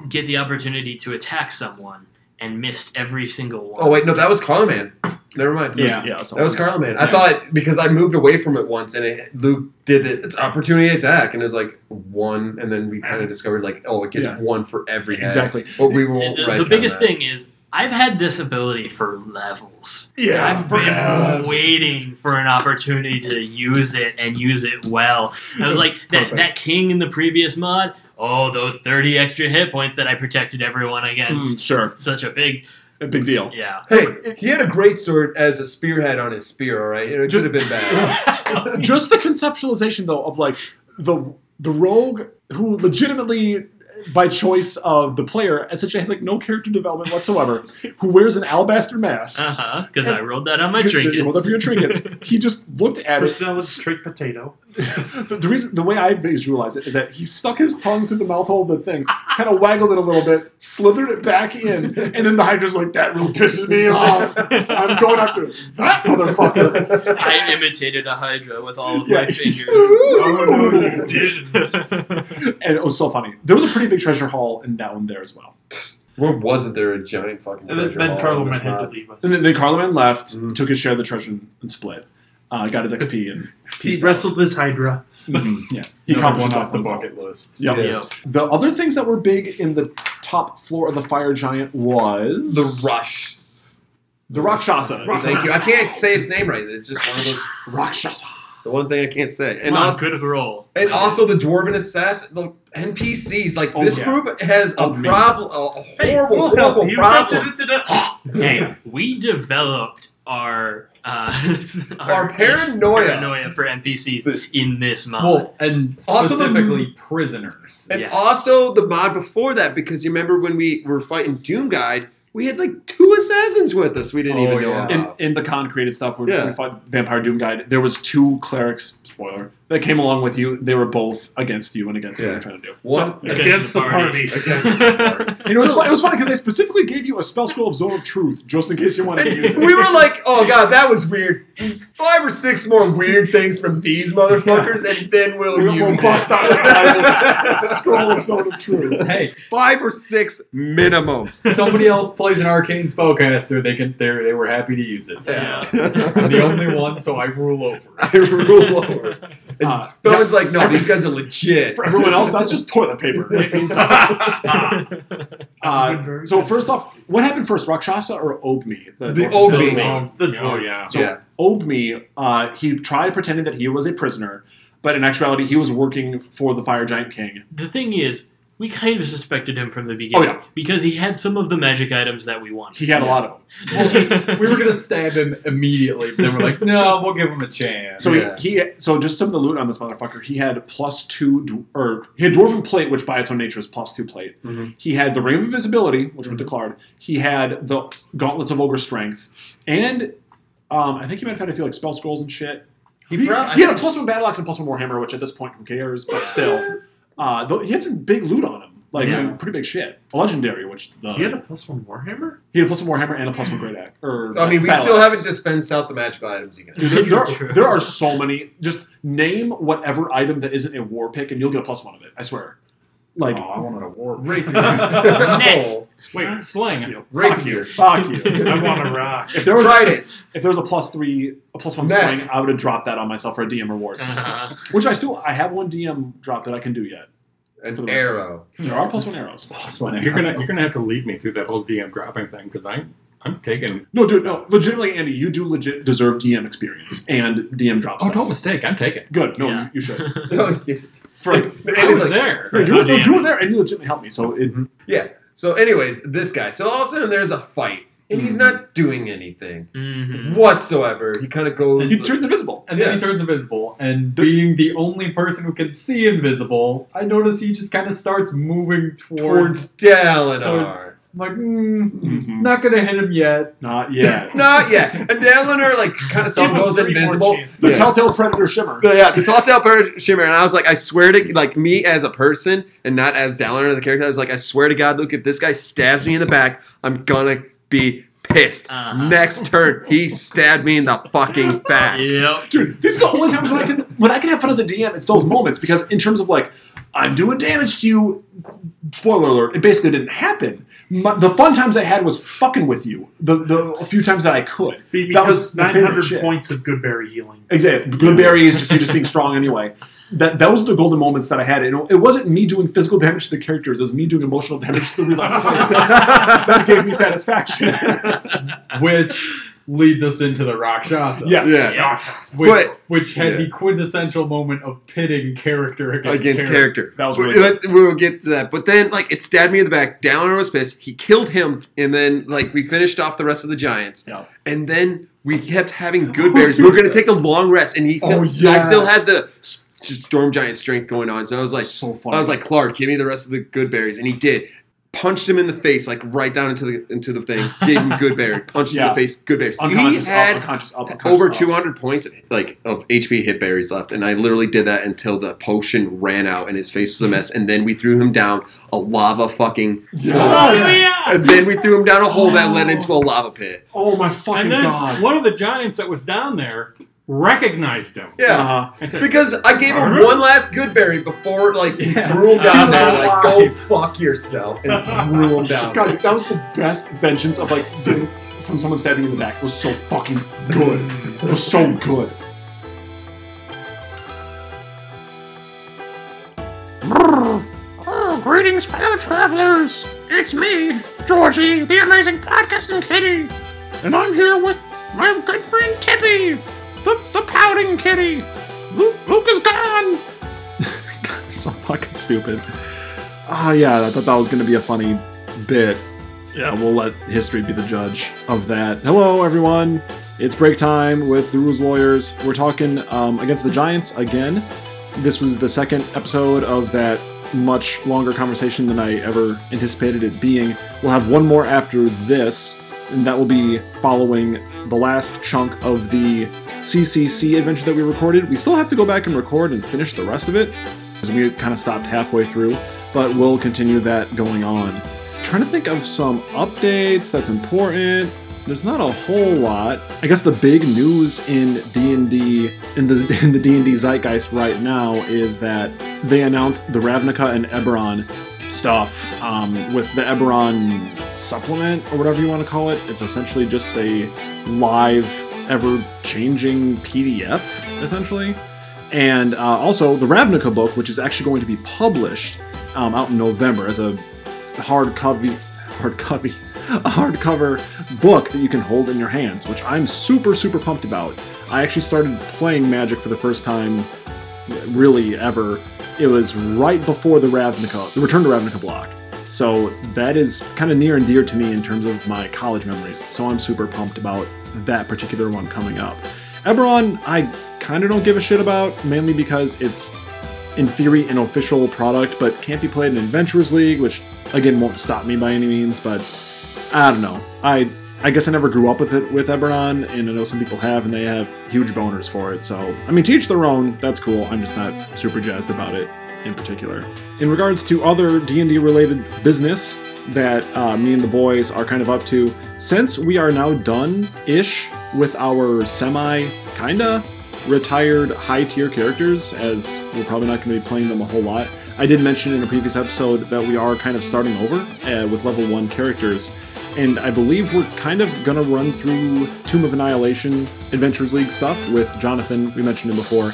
Speaker 5: get the opportunity to attack someone and missed every single one.
Speaker 1: oh wait, no, that was Carman. Never mind.
Speaker 2: It was-
Speaker 3: Yeah.
Speaker 2: yeah. so-
Speaker 1: That was Carman. I
Speaker 3: Yeah.
Speaker 1: thought because I moved away from it once, and it, Luke did it. It's opportunity attack, and it was like one, and then we kind of discovered like, oh, it gets
Speaker 2: Yeah.
Speaker 1: one for every head.
Speaker 2: exactly.
Speaker 1: But we won't.
Speaker 5: the, the
Speaker 1: retcon
Speaker 5: biggest
Speaker 1: that.
Speaker 5: thing is I've had this ability for levels.
Speaker 2: Yeah,
Speaker 5: I've been waiting for an opportunity to use it and use it well. I was like that,
Speaker 2: Perfect.
Speaker 5: that king in the previous mod. Oh, those thirty extra hit points that I protected everyone
Speaker 1: Hmm.
Speaker 2: Mm,
Speaker 5: against.
Speaker 2: sure,
Speaker 5: Such a big
Speaker 2: a big deal.
Speaker 5: yeah.
Speaker 1: Hey, he had a great sword as a spearhead on his spear. All right, it should have been bad.
Speaker 2: Just the conceptualization though of like the the rogue who legitimately. By choice of the player, essentially has like no character development whatsoever. Who wears an alabaster mask?
Speaker 5: Uh huh. Because I rolled that on my
Speaker 2: You rolled up
Speaker 5: trinkets.
Speaker 2: your trinkets. He just looked at it,
Speaker 4: Personnel is trick potato.
Speaker 2: the, the reason, the way I visualize it is that he stuck his tongue through the mouth hole of the thing, kind of waggled it a little bit, slithered it back in, and then the Hydra's like, "That really pisses me off. I'm going after that motherfucker."
Speaker 5: I imitated a Hydra with all of
Speaker 2: Yeah.
Speaker 5: my fingers.
Speaker 4: Oh no, you
Speaker 2: and
Speaker 4: didn't.
Speaker 2: it was so funny. There was a pretty big treasure haul in that one there as well.
Speaker 1: Where wasn't there a giant fucking
Speaker 4: And then,
Speaker 1: treasure hall
Speaker 4: then
Speaker 1: in
Speaker 4: Carloman
Speaker 1: this
Speaker 4: had to
Speaker 1: mod?
Speaker 4: leave us.
Speaker 2: And then, then Carloman left,
Speaker 6: Mm-hmm.
Speaker 1: Mm.
Speaker 2: took his share of the treasure and split. Uh, got his XP and
Speaker 4: he
Speaker 2: peaced out.
Speaker 4: wrestled this Hydra.
Speaker 2: Mhm, Yeah, he
Speaker 6: He comes
Speaker 2: accomplished that
Speaker 6: one Mm-hmm. off the
Speaker 2: one goal.
Speaker 6: bucket list.
Speaker 2: Yep.
Speaker 1: Yeah.
Speaker 5: You know,
Speaker 2: The other things that were big in the top floor of the fire giant was
Speaker 1: The Rush.
Speaker 2: The Rakshasa.
Speaker 1: Thank you. I can't say its name right. It's just one of those.
Speaker 2: Rakshasa.
Speaker 1: The one thing I can't say, and
Speaker 5: come on,
Speaker 1: also,
Speaker 5: good roll.
Speaker 1: and also the dwarven assassin. The, NPCs. Like
Speaker 2: Oh,
Speaker 1: this
Speaker 2: yeah.
Speaker 1: group has a
Speaker 2: Amazing.
Speaker 1: problem, a
Speaker 4: Hey,
Speaker 1: horrible,
Speaker 4: we'll help
Speaker 1: horrible
Speaker 4: you.
Speaker 1: problem.
Speaker 5: hey, we developed our uh,
Speaker 1: Our paranoia.
Speaker 5: paranoia for NPCs in this
Speaker 1: um,
Speaker 5: mod.
Speaker 3: Well, and
Speaker 1: Also the-
Speaker 3: specifically prisoners.
Speaker 1: And
Speaker 5: Yes.
Speaker 1: also the mod before that, because you remember when we were fighting Doom Guide, we had like two assassins with us. We didn't
Speaker 3: Oh,
Speaker 1: even know
Speaker 3: yeah.
Speaker 2: in,
Speaker 1: about.
Speaker 2: in the con created stuff where
Speaker 1: Yeah.
Speaker 2: we fought Vampire Doom Guide, there was two clerics spoiler that came along with you. They were both against you and against what
Speaker 1: Yeah.
Speaker 2: you're trying to do.
Speaker 1: One-
Speaker 2: So,
Speaker 5: Against
Speaker 4: against
Speaker 5: the
Speaker 4: the
Speaker 5: party.
Speaker 4: party. Against the party.
Speaker 2: and it was fun, it was funny because they specifically gave you a spell scroll of Zone of Truth just in case you wanted to use it.
Speaker 1: we were like, oh god, that was weird. Five or six more weird things from these motherfuckers, and then we'll,
Speaker 2: We will
Speaker 1: use
Speaker 2: bust
Speaker 1: it.
Speaker 2: out the Bible s- scroll of Zone of Truth.
Speaker 3: Hey,
Speaker 1: Five or six minimum.
Speaker 3: somebody else plays an arcane spellcaster. They can. They they were happy to use it.
Speaker 5: Yeah.
Speaker 3: I'm the only one, so I rule over.
Speaker 1: I rule over. And
Speaker 2: Uh,
Speaker 1: Bowman's like, no, these guys are legit.
Speaker 2: For everyone else, that's just toilet paper. It means nothing. Uh, so first off, what happened first, Rakshasa or Obmi?
Speaker 1: The
Speaker 2: dwarf
Speaker 1: Obmi.
Speaker 2: assassin?
Speaker 5: Oh,
Speaker 4: The
Speaker 6: Oh
Speaker 4: dwarf.
Speaker 6: yeah.
Speaker 2: So
Speaker 1: Yeah.
Speaker 2: Obmi, uh, he tried pretending that he was a prisoner, but in actuality, he was working for the Fire Giant King.
Speaker 5: the thing is, we kind of suspected him from the beginning
Speaker 2: Oh, yeah.
Speaker 5: because he had some of the magic items that we wanted.
Speaker 2: He had a lot of them.
Speaker 3: We were gonna stab him immediately, but then we're like, no, we'll give him a chance.
Speaker 2: So
Speaker 1: Yeah.
Speaker 2: he, he, so just some of the loot on this motherfucker. He had plus two, d- or he had dwarven plate, which by its own nature is plus two plate.
Speaker 1: Mhm.
Speaker 2: He had the ring of invisibility, which
Speaker 1: Mm-hmm.
Speaker 2: was declared. He had the gauntlets of ogre strength, and um, I think he might have had a few like spell scrolls and shit. He,
Speaker 1: prob-
Speaker 2: he had a plus one battle axe and plus one warhammer, which at this point who cares? But still, uh, though, he had some big loot on him, like
Speaker 5: Yeah.
Speaker 2: some pretty big shit. A legendary, which the,
Speaker 4: He had a plus one warhammer.
Speaker 2: he had a plus one warhammer and a plus one great axe. Or
Speaker 1: I mean, we
Speaker 2: battle
Speaker 1: still
Speaker 2: axe.
Speaker 1: haven't dispensed out the magic items again.
Speaker 2: Dude, there, there,
Speaker 5: True.
Speaker 2: are, there are so many. Just name whatever item that isn't a war pick, and you'll get a plus one of it. I swear. Like,
Speaker 6: oh, I wanted a war.
Speaker 4: Rape.
Speaker 5: Net.
Speaker 6: Wait, slang.
Speaker 1: Oh, Right
Speaker 2: fuck you,
Speaker 1: here.
Speaker 2: fuck you.
Speaker 4: I want to rock.
Speaker 2: If there was
Speaker 1: Tried it.
Speaker 2: if there was a plus three, a plus one
Speaker 1: Matt.
Speaker 2: swing, I would have dropped that on myself for a DM reward,
Speaker 6: Uh-huh.
Speaker 5: Uh,
Speaker 2: which I still I have one DM drop that I can do yet. For
Speaker 1: An
Speaker 2: the-
Speaker 1: arrow.
Speaker 2: There are plus one arrows.
Speaker 3: Plus one.
Speaker 6: You're gonna you're gonna have to lead me through that whole DM dropping thing because I'm I'm taking.
Speaker 2: No, dude, no. Legitimately, Andy, you do legit deserve DM experience and DM drops.
Speaker 6: Oh, no mistake. I'm taking.
Speaker 2: Good. No,
Speaker 5: Yeah.
Speaker 2: you, you should.
Speaker 1: No, yeah.
Speaker 2: For,
Speaker 6: I
Speaker 1: Andy's
Speaker 6: was
Speaker 1: like,
Speaker 6: there.
Speaker 2: no, you, were, no,
Speaker 5: Goddamn.
Speaker 2: you were there, and you legitimately helped me. So it,
Speaker 1: yeah. So, anyways, this guy. So all of a sudden, there's a fight, and he's
Speaker 3: Hmm.
Speaker 2: Mhm.
Speaker 1: not doing anything
Speaker 5: mhm.
Speaker 1: whatsoever. He kind of goes.
Speaker 2: he turns invisible.
Speaker 3: And then he turns invisible, and being the only person who can see invisible, I notice he just kind of starts moving towards.
Speaker 1: towards Dalinar.
Speaker 3: I'm like, mm,
Speaker 2: Mhm.
Speaker 3: not gonna hit him yet.
Speaker 2: Not yet.
Speaker 1: Not yet. And Dalinar like kind of
Speaker 4: Give him
Speaker 1: goes
Speaker 4: three more
Speaker 1: invisible.
Speaker 4: chances.
Speaker 2: The
Speaker 1: Yeah.
Speaker 2: telltale predator shimmer.
Speaker 1: But yeah, the telltale bird shimmer, and I was like, I swear to like me as a person and not as Dalinar the character. I was like, I swear to God, Luke, if this guy stabs me in the back, I'm gonna be pissed.
Speaker 5: Uh-huh.
Speaker 1: Next turn, he stabbed me in the fucking back.
Speaker 5: Yep.
Speaker 2: Dude, these are the only times when I can when I can have fun as a DM. It's those moments because in terms of like I'm doing damage to you. Spoiler alert! It basically didn't happen. My, the fun times I had was fucking with you. The the few times that I could.
Speaker 4: Be-
Speaker 2: That was
Speaker 4: Because
Speaker 2: my favorite
Speaker 4: 900
Speaker 2: shit.
Speaker 4: points of Goodberry healing.
Speaker 2: Exactly. Goodberry is just you just being strong anyway. That those are the golden moments that I had. And it wasn't me doing physical damage to the characters. It was me doing emotional damage to the real life players. that gave me satisfaction.
Speaker 3: Which leads us into the Rakshasa.
Speaker 2: yes.
Speaker 1: Yeah.
Speaker 3: Which,
Speaker 1: But-
Speaker 3: which had
Speaker 1: Yeah.
Speaker 3: the quintessential moment of pitting character against,
Speaker 1: Against
Speaker 3: character.
Speaker 1: character.
Speaker 2: That was
Speaker 1: We-
Speaker 2: really good.
Speaker 1: let's- We'll get to that. But then, like, it stabbed me in the back. Downer was pissed. He killed him, and then, like, we finished off the rest of the Giants.
Speaker 2: Yeah.
Speaker 1: And then we kept having good berries. We were going to take a long rest, and he still,
Speaker 2: Oh,
Speaker 1: I still had
Speaker 2: yes.
Speaker 1: the s- storm giant strength going on. So I was like,
Speaker 2: so fun.
Speaker 1: I was like, Clark, give me the rest of the good berries, and he did. Punched him in the face, like right down into the into the thing. Gave him good berry. Punched him in
Speaker 2: Yeah.
Speaker 1: the face. Good berries.
Speaker 2: unconscious,
Speaker 1: he
Speaker 2: up,
Speaker 1: had
Speaker 2: unconscious, up, unconscious,
Speaker 1: over
Speaker 2: up.
Speaker 1: 200 points like of HP hit berries left, and I literally did that until the potion ran out and his face was a mess. And then we threw him down a lava fucking.
Speaker 5: Oh,
Speaker 2: Yes.
Speaker 5: yeah.
Speaker 1: And then we threw him down a hole that led into a lava pit.
Speaker 2: Oh my fucking
Speaker 6: And then
Speaker 2: god.
Speaker 6: one of the giants that was down there recognized him.
Speaker 1: Yeah,
Speaker 2: Uh-huh.
Speaker 6: I said,
Speaker 1: because I gave him one last good berry before like we threw him down there. Like go fuck yourself and threw him down.
Speaker 2: God, that was the best vengeance of like getting from someone stabbing you in the back. It was so fucking good. It was so good.
Speaker 7: Oh, greetings, fellow travelers! It's me, Georgie, the amazing podcasting kitty! And I'm here with my good friend Tippy, the, the pouting kitty! Luke, Luke is gone!
Speaker 2: So fucking fucking stupid. Ah, yeah, I thought that was going to be a funny bit. Yeah, we'll let history be the judge of that. Hello, everyone. It's break time with the Rules Lawyers. We're talking um, against the Giants again. This was the second episode of that much longer conversation than I ever anticipated it being. We'll have one more after this, and that will be following the last chunk of the CCC adventure that we recorded. We still have to go back and record and finish the rest of it, because we kind of stopped halfway through, but we'll continue that going on. Trying to think of some updates that's important. There's not a whole lot. I guess the big news in D&D in the in the D&D zeitgeist right now is that they announced the Ravnica and Eberron stuff um, with the Eberron supplement or whatever you want to call it. It's essentially just a live, ever-changing PDF, essentially and uh, also the Ravnica book, which is actually going to be published um, out in November as a hard covey, hard covey, a hardcover book that you can hold in your hands, which I'm super super pumped about. I actually started playing Magic for the first time, really ever. It was right before the Ravnica, the Return to Ravnica block. So that is kind of near and dear to me in terms of my college memories. So I'm super pumped about that particular one coming up. Eberron, I kind of don't give a shit about, mainly because it's, in theory, an official product, but can't be played in Adventurers League, which again won't stop me by any means. But I don't know. I I guess I never grew up with it with Eberron, and I know some people have, and they have huge boners for it. So I mean, teach their own. That's cool. I'm just not super jazzed about it in particular. In regards to other D&D related business that uh, me and the boys are kind of up to, since we are now done ish with our semi kinda retired high tier characters, as we're probably not going to be playing them a whole lot. I did mention in a previous episode that we are kind of starting over uh, with level one characters, and I believe we're kind of going to run through Tomb of Annihilation Adventures League stuff with Jonathan. We mentioned him before.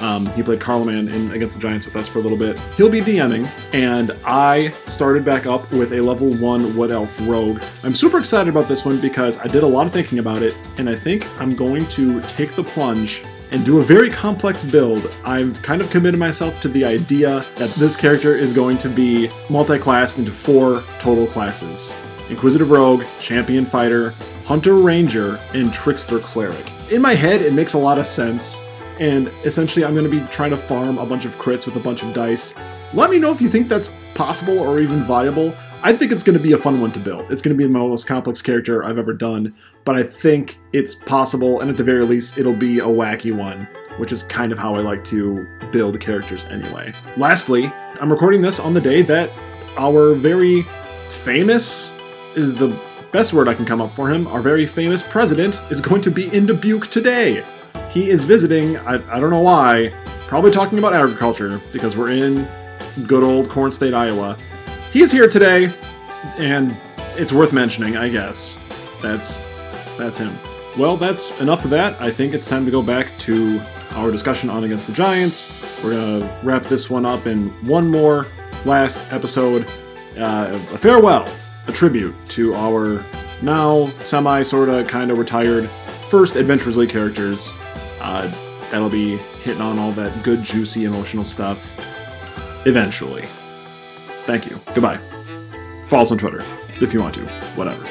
Speaker 2: Um, he played Carloman in Against the Giants with us for a little bit. He'll be DMing, and I started back up with a level one Wood Elf Rogue. I'm super excited about this one because I did a lot of thinking about it, and I think I'm going to take the plunge and do a very complex build. I've kind of committed myself to the idea that this character is going to be multi-classed into four total classes: Inquisitive Rogue, Champion Fighter, Hunter Ranger, and Trickster Cleric. In my head, it makes a lot of sense and essentially I'm going to be trying to farm a bunch of crits with a bunch of dice. Let me know if you think that's possible or even viable. I think it's going to be a fun one to build. It's going to be my most complex character I've ever done, but I think it's possible, and at the very least, it'll be a wacky one, which is kind of how I like to build characters anyway. Lastly, I'm recording this on the day that our very famous is the best word I can come up for him. Our very famous president is going to be in Dubuque today he is visiting I, I don't know why probably talking about agriculture because we're in good old corn state iowa he's here today and it's worth mentioning i guess that's that's him well that's enough of that i think it's time to go back to our discussion on against the giants we're gonna wrap this one up in one more last episode uh, a farewell a tribute to our now semi sorta kinda retired first Adventures League characters. Uh, that'll be hitting on all that good, juicy, emotional stuff eventually. Thank you. Goodbye. Follow us on Twitter if you want to. Whatever.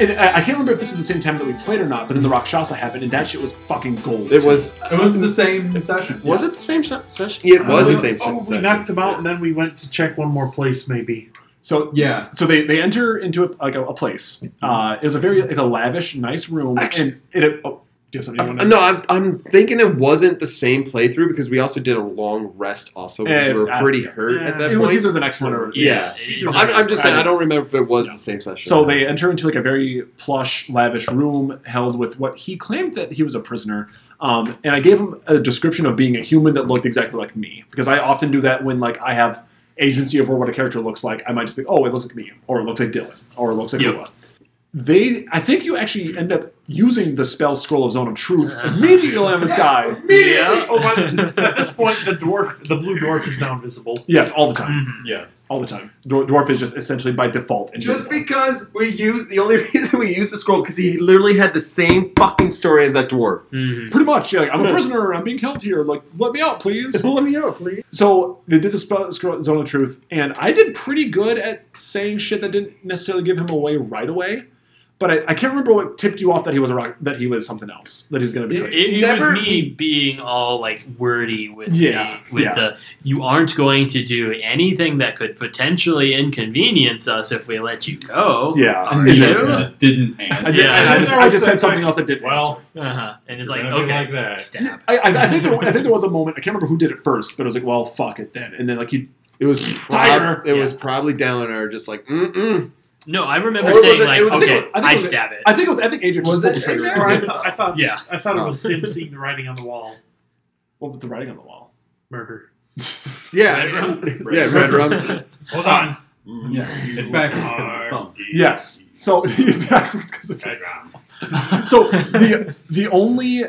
Speaker 2: And I, I can't remember if this was the same time that we played or not, but then the Rakshasa happened, and that shit was fucking gold.
Speaker 1: It was
Speaker 3: It was the same session.
Speaker 6: Was it the same sh- session?
Speaker 1: it was
Speaker 6: Uh,
Speaker 1: the same
Speaker 4: Oh, we
Speaker 6: session.
Speaker 4: knocked him out, and then we went to check one more place, maybe.
Speaker 2: So
Speaker 3: Yeah.
Speaker 2: so they, they enter into a, like a, a place. Uh, it was a very like a lavish, nice room,
Speaker 1: Actually-
Speaker 2: and it. Oh, do you have something you want
Speaker 1: Uh, no, I'm, I'm thinking it wasn't the same playthrough because we also did a long rest also because
Speaker 2: Eh,
Speaker 1: we were
Speaker 2: I-
Speaker 1: pretty hurt at that
Speaker 2: It
Speaker 1: point.
Speaker 2: was either the next one or
Speaker 1: yeah.
Speaker 5: It-
Speaker 1: I'm, I'm just saying,
Speaker 2: I-
Speaker 1: I don't remember if it was
Speaker 2: Yeah.
Speaker 1: the same session.
Speaker 2: So they enter into like a very plush, lavish room held with what he claimed that he was a prisoner. Um, and I gave him a description of being a human that looked exactly like me because I often do that when like I have agency over what a character looks like. I might just be, oh, it looks like me, or it looks like Dylan, or it looks like
Speaker 5: Yep.
Speaker 2: Ua. They, I think you actually end up
Speaker 3: using the spell Scroll of Zone of Truth immediately on this guy.
Speaker 4: Immediately! Oh, but at this point, the dwarf, the blue dwarf, is now invisible.
Speaker 3: Yes, all the time.
Speaker 2: Mm-hmm.
Speaker 8: Yes.
Speaker 3: All the time. Dwar- Dwarf is just essentially by default. And
Speaker 1: Just because we use the only reason we use the scroll because he literally had the same fucking story as that dwarf.
Speaker 3: Pretty much, yeah, like, I'm a prisoner. I'm being held here. Like, let me out, please.
Speaker 1: Pull me out, please.
Speaker 3: So they did the spell, scroll, zone of truth, and I did pretty good at saying shit that didn't necessarily give him away right away. But I, I can't remember what tipped you off that he was a rock, that he was something else that he was going to betray.
Speaker 5: It, it
Speaker 1: Never-
Speaker 5: was me being all like wordy with
Speaker 3: Yeah,
Speaker 5: the, with
Speaker 3: yeah.
Speaker 5: the you aren't going to do anything that could potentially inconvenience us if we let you go.
Speaker 3: yeah,
Speaker 5: Are
Speaker 3: And
Speaker 5: you?
Speaker 3: then-
Speaker 5: Yeah.
Speaker 6: just didn't
Speaker 3: I,
Speaker 6: answer.
Speaker 3: did,
Speaker 5: Yeah.
Speaker 3: and I just, I just said something else that didn't.
Speaker 6: Well,
Speaker 3: answer.
Speaker 5: Uh-huh. And it's
Speaker 6: You're
Speaker 5: like
Speaker 6: gonna be
Speaker 5: okay,
Speaker 6: like that.
Speaker 5: stab.
Speaker 3: I, I, I think there, I think there was a moment. I can't remember who did it first, but it was like, well, fuck it then. And then like he,
Speaker 1: It was
Speaker 3: Tiger.
Speaker 1: prob- it was probably Downer just like mm mm.
Speaker 5: No, I remember
Speaker 1: Or was
Speaker 5: saying
Speaker 1: it-
Speaker 5: like
Speaker 1: it was-
Speaker 5: okay,
Speaker 3: I think it
Speaker 5: I
Speaker 3: was-
Speaker 5: stab it.
Speaker 3: I think it was. I think Agent
Speaker 6: Was
Speaker 3: just pulled the
Speaker 6: it
Speaker 3: trigger.
Speaker 4: Or I, thought- I thought,
Speaker 5: yeah.
Speaker 4: I thought
Speaker 1: Oh.
Speaker 4: it was him seeing the writing on the wall.
Speaker 3: What was the writing on the wall?
Speaker 4: Murder.
Speaker 1: Yeah,
Speaker 5: Red rum.
Speaker 1: yeah, red rum.
Speaker 6: Hold on. Mm.
Speaker 8: Yeah.
Speaker 6: It's backwards because of his thumbs.
Speaker 3: Yes. So backwards because of his so the the only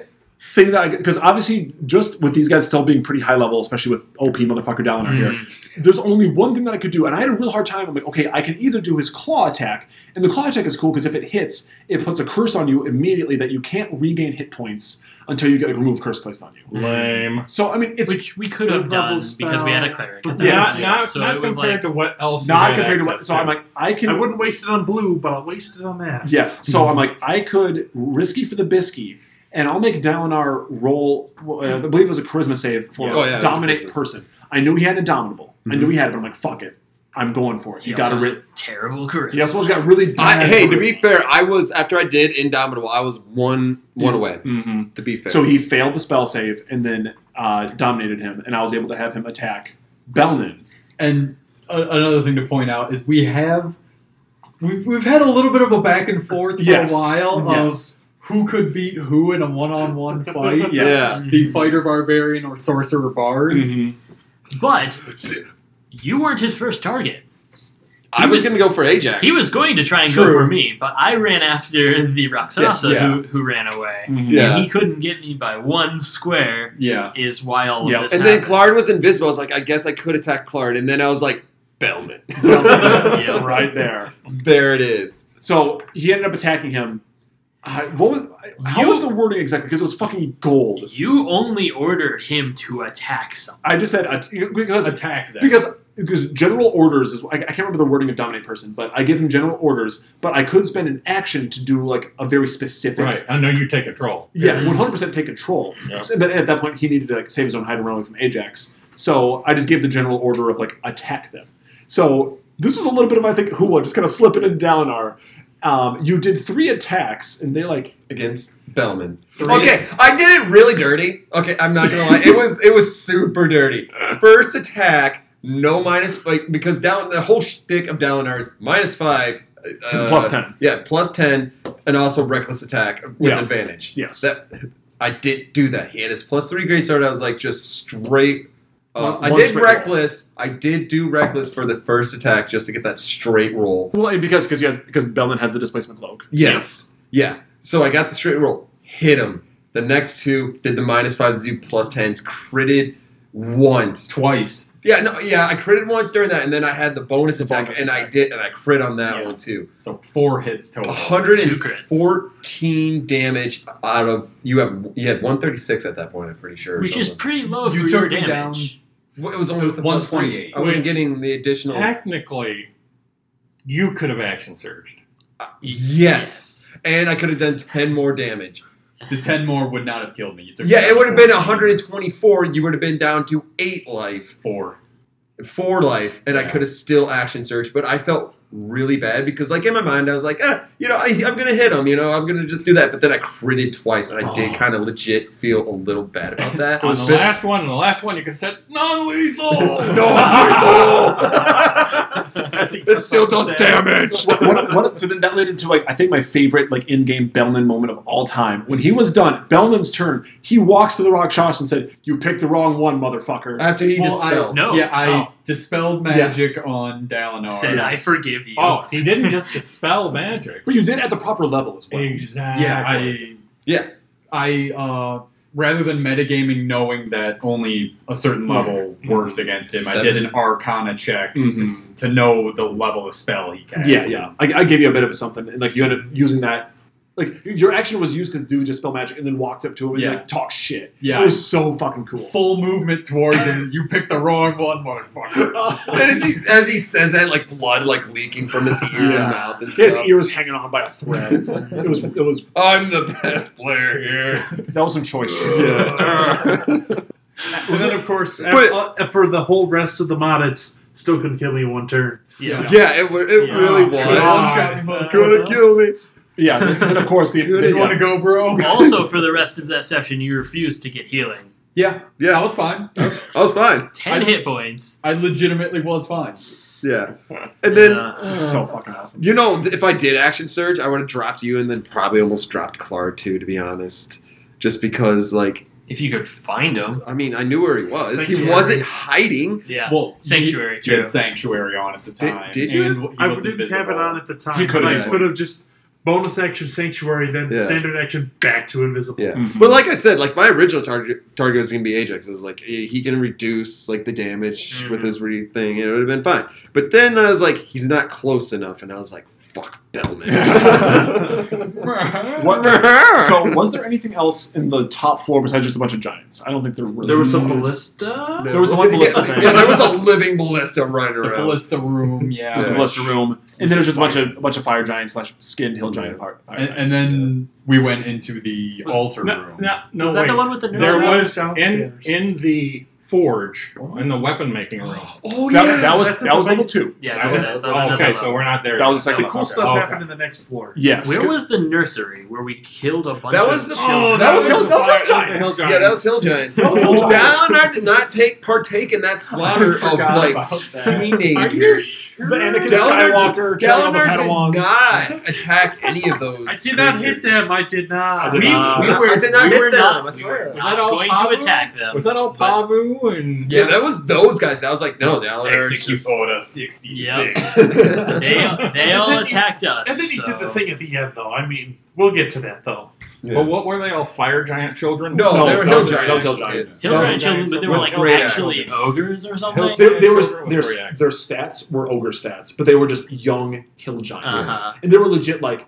Speaker 3: thing that I because obviously just with these guys still being pretty high level, especially with OP motherfucker down on here, there's only one thing that I could do, and I had a real hard time. I'm like, okay, I can either do his claw attack, and the claw attack is cool because if it hits, it puts a curse on you immediately that you can't regain hit points until you get like remove curse placed on you.
Speaker 6: Mm. Lame.
Speaker 3: So I mean, it's
Speaker 5: Which we could
Speaker 4: Good
Speaker 5: have done
Speaker 4: level
Speaker 5: because we had a
Speaker 4: spell.
Speaker 5: cleric.
Speaker 4: But
Speaker 6: Yeah,
Speaker 3: Yes.
Speaker 6: not,
Speaker 5: so
Speaker 6: not
Speaker 5: it was
Speaker 6: compared
Speaker 5: like
Speaker 6: to what else.
Speaker 3: not
Speaker 6: you had
Speaker 3: compared to what.
Speaker 6: access
Speaker 3: So I'm like, I can.
Speaker 4: I wouldn't waste it on blue, but I'll waste it on that.
Speaker 3: Yeah. So I'm like, I could risky for the bisky, and I'll make Dalinar roll. Uh, I believe it was a charisma save for
Speaker 1: Oh, yeah, it was a
Speaker 3: dominate
Speaker 1: charisma.
Speaker 3: person. I knew he had indomitable. I knew he had it. But I'm like, fuck it. I'm going for it. He,
Speaker 5: He
Speaker 3: got a
Speaker 5: also
Speaker 3: ri-
Speaker 5: has terrible charisma.
Speaker 3: He also has got
Speaker 1: I,
Speaker 3: really. bad
Speaker 1: hey, to be
Speaker 3: charisma.
Speaker 1: fair, I was after I did Indomitable, I was one one away.
Speaker 8: Mm-hmm.
Speaker 1: To be fair,
Speaker 3: So he failed the spell save and then uh, dominated him, and I was able to have him attack Belnin.
Speaker 8: And a- another thing to point out is we have we've, we've had a little bit of a back and forth for
Speaker 3: Yes.
Speaker 8: a while of
Speaker 3: Yes.
Speaker 8: who could beat who in a one-on-one fight.
Speaker 3: Yes.
Speaker 8: The fighter barbarian or sorcerer bard.
Speaker 3: Mhm.
Speaker 5: But you weren't his first target.
Speaker 1: I was,
Speaker 5: was-
Speaker 1: gonna go for Ajax.
Speaker 5: He was going to try and go
Speaker 8: True.
Speaker 5: for me, but I ran after the Roxasa
Speaker 1: Yeah.
Speaker 5: Who, who ran away.
Speaker 3: Mhm.
Speaker 1: Yeah.
Speaker 5: And he couldn't get me by one square.
Speaker 8: Yeah.
Speaker 5: Is why all of
Speaker 3: Yeah.
Speaker 5: this.
Speaker 1: and then
Speaker 5: happened.
Speaker 1: Clard was invisible. I was like, I guess I could attack Clard, and then I was like, Bellman.
Speaker 5: Yeah.
Speaker 3: right there.
Speaker 1: there it is.
Speaker 3: So he ended up attacking him. Uh, what was? How
Speaker 5: You-
Speaker 3: was the wording exactly? Because it was fucking gold.
Speaker 5: You only ordered him to attack someone.
Speaker 3: I just said att- because
Speaker 8: Attack them.
Speaker 3: because because general orders is I, I can't remember the wording of dominate person, but I give him general orders, but I could spend an action to do like a very specific.
Speaker 6: Right. I know you take a troll.
Speaker 3: Yeah, one hundred percent take control.
Speaker 6: Yeah.
Speaker 3: So- but at that point, he needed to like save his own hide and run away from Ajax. So I just gave the general order of like attack them. So this was a little bit of I think Hua just kind of slipping in down our. Um, you did three attacks, and they like
Speaker 1: Against Bellman. Okay, I did it really dirty. Okay, I'm not gonna lie. It was it was super dirty. First attack, no minus like because down the whole shtick of Dalinar is minus five. Uh,
Speaker 3: Plus 10.
Speaker 1: Yeah, plus ten, and also reckless attack with
Speaker 3: Yeah.
Speaker 1: advantage.
Speaker 3: Yes.
Speaker 1: That I did do that. He had his plus three grade start. I was like just straight uh,
Speaker 3: One-
Speaker 1: I
Speaker 3: one
Speaker 1: did
Speaker 3: straight roll.
Speaker 1: reckless. I did do reckless for the first attack just to get that straight roll.
Speaker 3: well and because because has because Bellman has the displacement cloak.
Speaker 1: Yes. Yeah. So I got the straight roll, hit him. The next two did the minus five to do plus tens, critted once.
Speaker 6: Twice.
Speaker 1: Yeah, no, yeah, I critted once during that, and then I had the bonus
Speaker 3: The
Speaker 1: attack,
Speaker 3: bonus
Speaker 1: and I
Speaker 3: attack.
Speaker 1: did, and I crit on that
Speaker 6: Yeah.
Speaker 1: one too.
Speaker 6: So four hits total.
Speaker 1: 114 damage out of you have you had 136 at that point. I'm pretty sure, or
Speaker 5: Which is
Speaker 1: something.
Speaker 5: pretty low
Speaker 8: You
Speaker 5: for
Speaker 8: took
Speaker 5: your
Speaker 8: me
Speaker 5: damage.
Speaker 1: Well, it was only with the plus three.
Speaker 6: 128,
Speaker 1: I wasn't
Speaker 6: which-
Speaker 1: getting the additional.
Speaker 6: Technically, you could have action surged.
Speaker 1: Yes, and I could have done 10 more damage.
Speaker 6: The ten more would not have killed me. You took
Speaker 1: Yeah, it would have been
Speaker 6: 114.
Speaker 1: 124. You would have been down to eight life,
Speaker 6: Four.
Speaker 1: four life, and I
Speaker 6: Yeah.
Speaker 1: could have still action searched. But I felt really bad because, like in my mind, I was like, eh, you know, I, I'm gonna hit him. You know, I'm gonna just do that. But then I critted twice, and I did
Speaker 3: Oh.
Speaker 1: kind of legit feel a little bad about that.
Speaker 6: On the
Speaker 1: But-
Speaker 6: last one, and the last one, you could set non-lethal.
Speaker 1: no, I'm lethal.
Speaker 4: As he
Speaker 1: It still does
Speaker 4: cuts out
Speaker 1: damage.
Speaker 3: What- what- what- so then that led into like I think my favorite like in-game Belin moment of all time. When he was done, Belin's turn, he walks to the Rakshas and said, "You picked the wrong one, motherfucker."
Speaker 1: After he
Speaker 6: Well,
Speaker 1: just
Speaker 6: I-
Speaker 1: fell.
Speaker 5: No.
Speaker 6: yeah, I
Speaker 4: Oh.
Speaker 6: dispelled
Speaker 3: Yes.
Speaker 6: magic on Dalinar.
Speaker 5: Said I
Speaker 3: yes.
Speaker 5: forgive you.
Speaker 6: Oh, he didn't just dispel magic.
Speaker 3: but you did at the proper level as well.
Speaker 4: Exactly.
Speaker 6: Yeah, I
Speaker 1: Yeah.
Speaker 6: I uh rather than metagaming knowing that only a certain level works against him, I did
Speaker 1: Seven. Mm-hmm.
Speaker 6: an arcana check to s- to, know the level of spell he casts.
Speaker 3: Yeah, yeah. I, I gave you a bit of a something, and like you ended up using that. Like your action was used to do dispel magic, and then walked up to him and
Speaker 6: Yeah.
Speaker 3: like talk shit.
Speaker 6: Yeah.
Speaker 3: it was so fucking cool.
Speaker 6: Full movement towards him. You picked the wrong one, motherfucker.
Speaker 1: And as he, as he says that, like blood like leaking from his ears and
Speaker 3: Yes.
Speaker 1: mouth and
Speaker 3: His
Speaker 1: stuff.
Speaker 3: ear was hanging on by a thread. it was it was
Speaker 1: I'm the best player here.
Speaker 3: that was some choice shit.
Speaker 4: Yeah. and then, of course, af-
Speaker 1: But-
Speaker 4: uh, for the whole rest of the mod, it's still couldn't kill me in one turn.
Speaker 5: yeah.
Speaker 1: Yeah, it, wa- it
Speaker 5: Yeah.
Speaker 4: Oh,
Speaker 1: really was.
Speaker 6: God.
Speaker 1: Gonna kill me.
Speaker 3: Yeah, and then of course the,
Speaker 1: Good.
Speaker 3: the-
Speaker 6: You want to go, bro?
Speaker 5: also, for the rest of that session, you refused to get healing.
Speaker 6: Yeah, that
Speaker 1: Yeah,
Speaker 6: was fine.
Speaker 1: I was fine.
Speaker 5: Ten
Speaker 6: I-
Speaker 5: hit points.
Speaker 6: I legitimately was fine.
Speaker 1: Yeah, and then
Speaker 5: Uh,
Speaker 3: it's so fucking awesome.
Speaker 1: you know, if I did action surge, I would have dropped you, and then probably almost dropped Clark too. To be honest, just because, like,
Speaker 5: if you could find them.
Speaker 1: I mean, I knew where he was. He
Speaker 5: Sanctuary.
Speaker 1: wasn't hiding.
Speaker 5: Yeah.
Speaker 6: Well,
Speaker 5: Sanctuary,
Speaker 6: You
Speaker 5: true.
Speaker 6: had sanctuary on at the
Speaker 1: Did-
Speaker 6: time.
Speaker 1: did you?
Speaker 6: and he
Speaker 4: I
Speaker 6: was
Speaker 4: didn't have it
Speaker 6: invisible.
Speaker 4: on at the time.
Speaker 3: He could've
Speaker 4: but I
Speaker 3: had
Speaker 4: could have just bonus action sanctuary, then
Speaker 1: Yeah.
Speaker 4: standard action back to invisible.
Speaker 1: Yeah.
Speaker 5: Mm-hmm.
Speaker 1: But like I said, like my original target target was gonna be Ajax. It was like eh, he can reduce like the damage
Speaker 5: Mhm.
Speaker 1: with his re thing, and it would have been fine. But then I was like, he's not close enough, and I was like, fuck Bellman.
Speaker 3: What- So was there anything else in the top floor besides just a bunch of giants? I don't think there really
Speaker 5: There was some
Speaker 3: was.
Speaker 5: ballista.
Speaker 3: There was the one ballista
Speaker 1: yeah,
Speaker 3: thing.
Speaker 1: yeah, there was a living ballista running
Speaker 6: the
Speaker 1: around.
Speaker 6: ballista room, yeah.
Speaker 3: There's a
Speaker 1: Yeah.
Speaker 3: ballista room, and then there's just a bunch of a bunch of fire giants slash skinned hill giant fire, fire
Speaker 6: And, and
Speaker 3: giants.
Speaker 6: then we went into the
Speaker 5: Was-
Speaker 6: altar
Speaker 9: No,
Speaker 6: room.
Speaker 9: no, no,
Speaker 5: Is that
Speaker 9: Oh, wait.
Speaker 5: the one with the nurse?
Speaker 9: there
Speaker 4: No,
Speaker 9: was
Speaker 4: that was
Speaker 9: in
Speaker 4: downstairs.
Speaker 9: in the forge in the weapon making room.
Speaker 1: Oh
Speaker 3: that,
Speaker 1: yeah,
Speaker 3: that was
Speaker 4: that's
Speaker 3: that was
Speaker 4: the
Speaker 3: level two.
Speaker 5: yeah,
Speaker 9: That
Speaker 5: that
Speaker 9: was-
Speaker 5: was, that was
Speaker 9: oh, okay,
Speaker 5: another
Speaker 9: so
Speaker 5: level.
Speaker 9: we're not there.
Speaker 3: That
Speaker 9: yet.
Speaker 3: was like the
Speaker 5: That
Speaker 4: Cool
Speaker 3: cool
Speaker 4: stuff
Speaker 9: Okay.
Speaker 4: happened in the next floor.
Speaker 3: Yes.
Speaker 5: Where was the nursery where we killed a bunch
Speaker 1: That
Speaker 5: of
Speaker 1: was the-
Speaker 5: children?
Speaker 1: oh, that was
Speaker 3: Hill- those Hill Giants.
Speaker 1: Yeah, that was Hill Giants.
Speaker 3: That was Hill Giants.
Speaker 1: Dalinar did not take partake in that slaughter of
Speaker 6: forgot
Speaker 1: like
Speaker 6: about that.
Speaker 1: teenagers.
Speaker 3: the Anakin
Speaker 1: Dalinar-
Speaker 3: Skywalker, killing all the
Speaker 1: Dalinar
Speaker 3: Padawans.
Speaker 1: did not attack any of those.
Speaker 4: I did not hit
Speaker 1: creatures.
Speaker 4: them. I did not.
Speaker 3: I did
Speaker 1: We,
Speaker 3: not.
Speaker 1: we were, I did not
Speaker 5: we
Speaker 1: hit
Speaker 5: were
Speaker 1: them.
Speaker 5: not,
Speaker 1: I
Speaker 5: we were
Speaker 1: swear.
Speaker 5: not
Speaker 9: Was that all
Speaker 5: going
Speaker 9: Pablo?
Speaker 5: to attack them.
Speaker 9: Was that all
Speaker 5: But-
Speaker 9: Pavu and
Speaker 1: yeah, that was those guys. I was like, no, Dalinar is
Speaker 6: Execute
Speaker 1: just-
Speaker 6: Order 66.
Speaker 1: Yep.
Speaker 5: they, they
Speaker 4: And
Speaker 5: all
Speaker 4: then he-
Speaker 5: attacked us.
Speaker 4: And then he did the
Speaker 5: so-
Speaker 4: thing at the end, though. I mean, we'll get to that, though.
Speaker 1: Yeah.
Speaker 9: But what were they all? Fire giant children?
Speaker 1: No,
Speaker 3: No,
Speaker 1: they were
Speaker 3: that
Speaker 1: hill
Speaker 3: was-
Speaker 1: giants.
Speaker 3: that was hill
Speaker 1: kids.
Speaker 3: giants.
Speaker 5: Still
Speaker 3: Those
Speaker 5: giant children, but they were
Speaker 1: with
Speaker 5: like
Speaker 1: great
Speaker 5: actually oh,
Speaker 1: axes.
Speaker 5: ogres or something.
Speaker 3: There, there was
Speaker 9: Silver with
Speaker 3: their
Speaker 9: great axe.
Speaker 3: their stats were ogre stats, but they were just young hill giants,
Speaker 5: Uh-huh.
Speaker 3: and they were legit like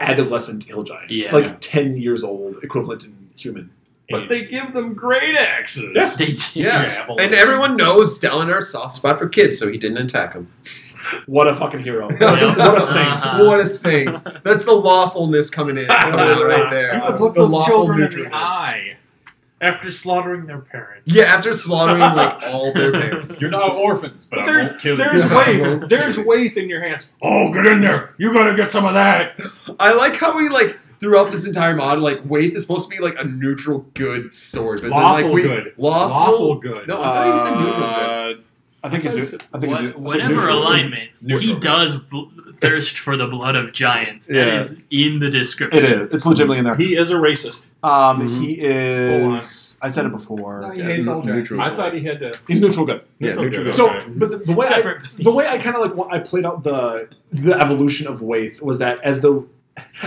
Speaker 3: adolescent hill giants,
Speaker 5: Yeah.
Speaker 3: like ten years old, equivalent in human.
Speaker 9: But
Speaker 3: age.
Speaker 9: they give them great axes.
Speaker 3: Yeah.
Speaker 5: They did.
Speaker 1: Yes.
Speaker 9: Javelin.
Speaker 1: And everyone knows Dalinar's soft spot for kids, so he didn't attack him.
Speaker 3: what a fucking hero! What
Speaker 1: Yeah.
Speaker 3: a, what a saint!
Speaker 5: Uh-huh.
Speaker 1: What a saint. That's the lawfulness coming in, coming out right there.
Speaker 9: You would look
Speaker 1: The
Speaker 9: those
Speaker 1: lawful
Speaker 9: children in the
Speaker 1: neutralness.
Speaker 9: eye.
Speaker 4: After slaughtering their parents.
Speaker 1: Yeah, after slaughtering like all their parents.
Speaker 6: You're not orphans, but,
Speaker 9: But
Speaker 6: I won't
Speaker 9: there's
Speaker 6: kill
Speaker 9: there's
Speaker 6: you.
Speaker 1: Yeah.
Speaker 9: waif there's waif in your hands. Oh, get in there! You gotta get some of that.
Speaker 1: I like how we like throughout this entire mod, like Wraith is supposed to be like a neutral good sword, but then
Speaker 9: Lawful
Speaker 1: like we
Speaker 9: good.
Speaker 1: lawful,
Speaker 9: Lawful good.
Speaker 1: No, I thought he said neutral good.
Speaker 9: Uh,
Speaker 3: I think he's. new- I think he's. new-
Speaker 5: What,
Speaker 3: I think
Speaker 5: whatever
Speaker 3: neutral is-
Speaker 5: alignment, he
Speaker 9: neutral.
Speaker 5: does bl- thirst for the blood of giants. That
Speaker 1: Yeah.
Speaker 5: is in the
Speaker 3: It
Speaker 5: description.
Speaker 3: is. It's legitimately in there.
Speaker 9: he is a racist.
Speaker 3: Um,
Speaker 1: Mhm.
Speaker 3: he is. I said it before.
Speaker 9: he
Speaker 1: Yeah,
Speaker 9: hates all
Speaker 1: neutral.
Speaker 9: giants. I thought he had to.
Speaker 3: He's neutral good.
Speaker 1: Yeah,
Speaker 9: Neutral
Speaker 1: neutral
Speaker 9: good.
Speaker 1: good.
Speaker 3: So,
Speaker 9: Okay.
Speaker 3: but the, the way I,
Speaker 5: Separate.
Speaker 3: the way I kind of like wa- I played out the the evolution of Waith was that as the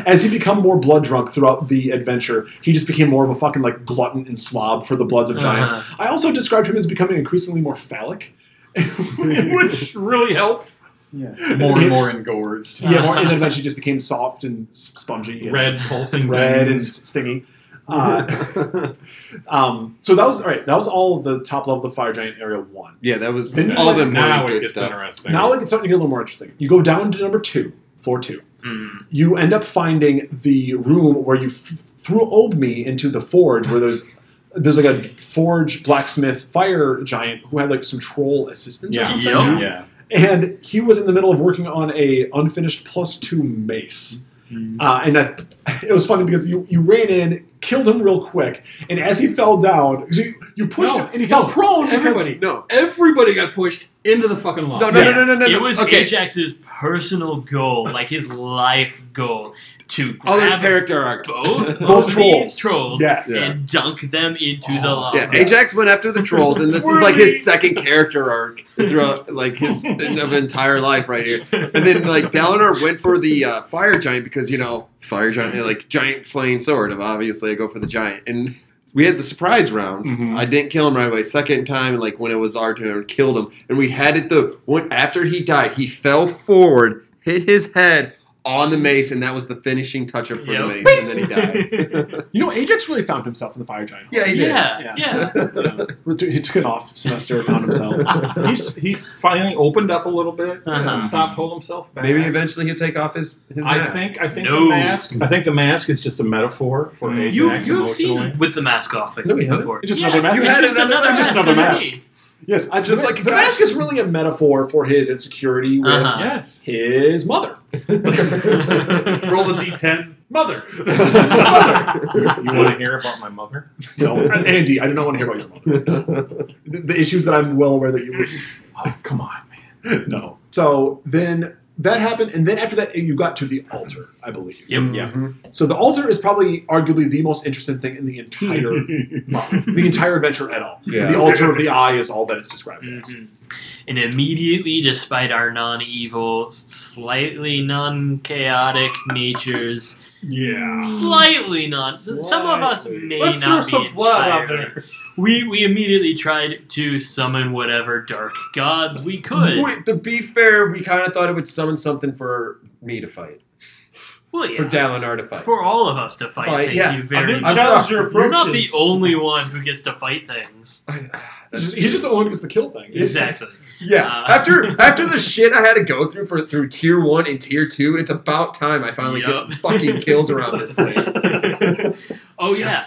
Speaker 3: as he became more blood drunk throughout the adventure, he just became more of a fucking like glutton and slob for the bloods of giants.
Speaker 5: Uh-huh.
Speaker 3: I also described him as becoming increasingly more phallic,
Speaker 4: Which really helped.
Speaker 6: More and more engorged.
Speaker 3: yeah, more, and then eventually just became soft and s- spongy, and
Speaker 9: Red pulsing
Speaker 3: red and
Speaker 9: veins.
Speaker 3: s- stingy. Uh, um, so that was all right. That was all the top level of the fire giant area one.
Speaker 1: Yeah, that was
Speaker 3: Then you
Speaker 1: all
Speaker 3: like-
Speaker 1: the important
Speaker 9: now it
Speaker 1: good
Speaker 9: gets
Speaker 1: stuff.
Speaker 9: interesting.
Speaker 3: Now it gets starting to get a little more interesting. You go down to number two, floor two.
Speaker 5: Mm.
Speaker 3: You end up finding the room where you f- threw Old Me into the forge, where there's there's like a forge blacksmith fire giant who had like some troll assistants or
Speaker 9: Yeah.
Speaker 3: something,
Speaker 5: Yup.
Speaker 9: yeah.
Speaker 3: and he was in the middle of working on a unfinished plus two mace. Uh, and I, it was funny because you, you ran in, killed him real quick, and as he fell down, 'cause you, you pushed
Speaker 9: No,
Speaker 3: him and he fell prone because
Speaker 9: Everybody,
Speaker 1: No,
Speaker 9: everybody got pushed
Speaker 6: into the fucking law.
Speaker 1: No, no, no, no, no, no.
Speaker 5: it
Speaker 1: no.
Speaker 5: was
Speaker 1: okay.
Speaker 5: Ajax's personal goal, like his life goal, to grab
Speaker 1: Other character arc.
Speaker 5: both
Speaker 3: Both
Speaker 5: of
Speaker 3: trolls.
Speaker 5: these trolls
Speaker 3: Yes.
Speaker 5: and dunk them into the
Speaker 9: Oh,
Speaker 5: lava.
Speaker 1: Oh, Yeah, Ajax went after the trolls, and this is like his second character arc throughout like his of entire life right here. And then like Dalinar went for the uh, fire giant because you know fire giant like giant slaying sword. Obviously, I go for the giant, and we had the surprise round.
Speaker 6: Mm-hmm.
Speaker 3: Mhm.
Speaker 1: I didn't kill him right away. Second time, and like when it was our turn, killed him, and we had it the one after he died, he fell forward, hit his head on the mace, and that was the finishing touch up for
Speaker 5: Yep.
Speaker 1: the mace, and then he died.
Speaker 3: You know, Ajax really found himself in the fire giant.
Speaker 1: Yeah, he did.
Speaker 5: yeah,
Speaker 3: Yeah.
Speaker 5: yeah.
Speaker 3: He took- he took an off semester, found himself.
Speaker 6: He's, he finally opened up a little bit,
Speaker 5: Uh-huh.
Speaker 6: and stopped holding himself back.
Speaker 1: Maybe eventually he'll take off his his
Speaker 6: I
Speaker 1: mask.
Speaker 6: think I think
Speaker 5: No.
Speaker 6: the mask. I think the mask is just a metaphor for
Speaker 3: Mm.
Speaker 6: Ajax
Speaker 5: You you have seen
Speaker 6: emotionally.
Speaker 5: him with the mask off like,
Speaker 1: No, we haven't.
Speaker 5: before.
Speaker 3: Just
Speaker 5: Yeah,
Speaker 3: another mask.
Speaker 1: you
Speaker 5: it's
Speaker 1: had
Speaker 5: just
Speaker 1: another-
Speaker 5: another
Speaker 3: just
Speaker 5: mask.
Speaker 3: another
Speaker 5: underneath.
Speaker 3: mask. Yes, I
Speaker 1: Just
Speaker 3: just
Speaker 1: like
Speaker 3: like the
Speaker 1: God.
Speaker 3: mask is really a metaphor for his insecurity with
Speaker 5: Uh-huh.
Speaker 6: Yes.
Speaker 3: his mother.
Speaker 4: Roll the d10. Mother.
Speaker 6: you want to hear about my mother?
Speaker 3: No, Uh, Andy, I do not want to hear about your mother. The, the issues that I'm well aware that you. Oh, come on, man. No. So then that happened, and then after that, you got to the altar, I believe.
Speaker 5: Yep.
Speaker 6: Yeah.
Speaker 3: So the altar is probably arguably the most interesting thing in the entire the entire adventure at all.
Speaker 1: Yeah.
Speaker 3: The altar of the eye is all that it's described as.
Speaker 5: Mhm. And immediately, despite our non evil, slightly non chaotic natures,
Speaker 6: Yeah.
Speaker 5: slightly non. Some of us
Speaker 3: Slightly.
Speaker 5: may
Speaker 4: Let's throw
Speaker 5: not be
Speaker 4: some blood out
Speaker 5: entirely.
Speaker 4: there.
Speaker 5: We, we immediately tried to summon whatever dark gods we could.
Speaker 1: Wait, to be fair, we kind of thought it would summon something for me to fight,
Speaker 5: Well, yeah.
Speaker 1: for Dalinar to fight.
Speaker 5: For all of us to fight.
Speaker 1: Fight,
Speaker 5: Thank
Speaker 1: yeah.
Speaker 5: you
Speaker 4: A
Speaker 5: very
Speaker 4: new
Speaker 5: much.
Speaker 1: I'm
Speaker 4: challenger approaches.
Speaker 5: We're not the only one who gets to fight things.
Speaker 3: He's
Speaker 1: That's-
Speaker 3: just- he's just the one who gets the kill thing.
Speaker 5: Exactly.
Speaker 1: yeah,
Speaker 5: uh,
Speaker 1: after after the shit I had to go through for through tier one and tier two, it's about time I finally get some
Speaker 5: Yup.
Speaker 1: fucking kills around this place.
Speaker 5: Oh, yeah.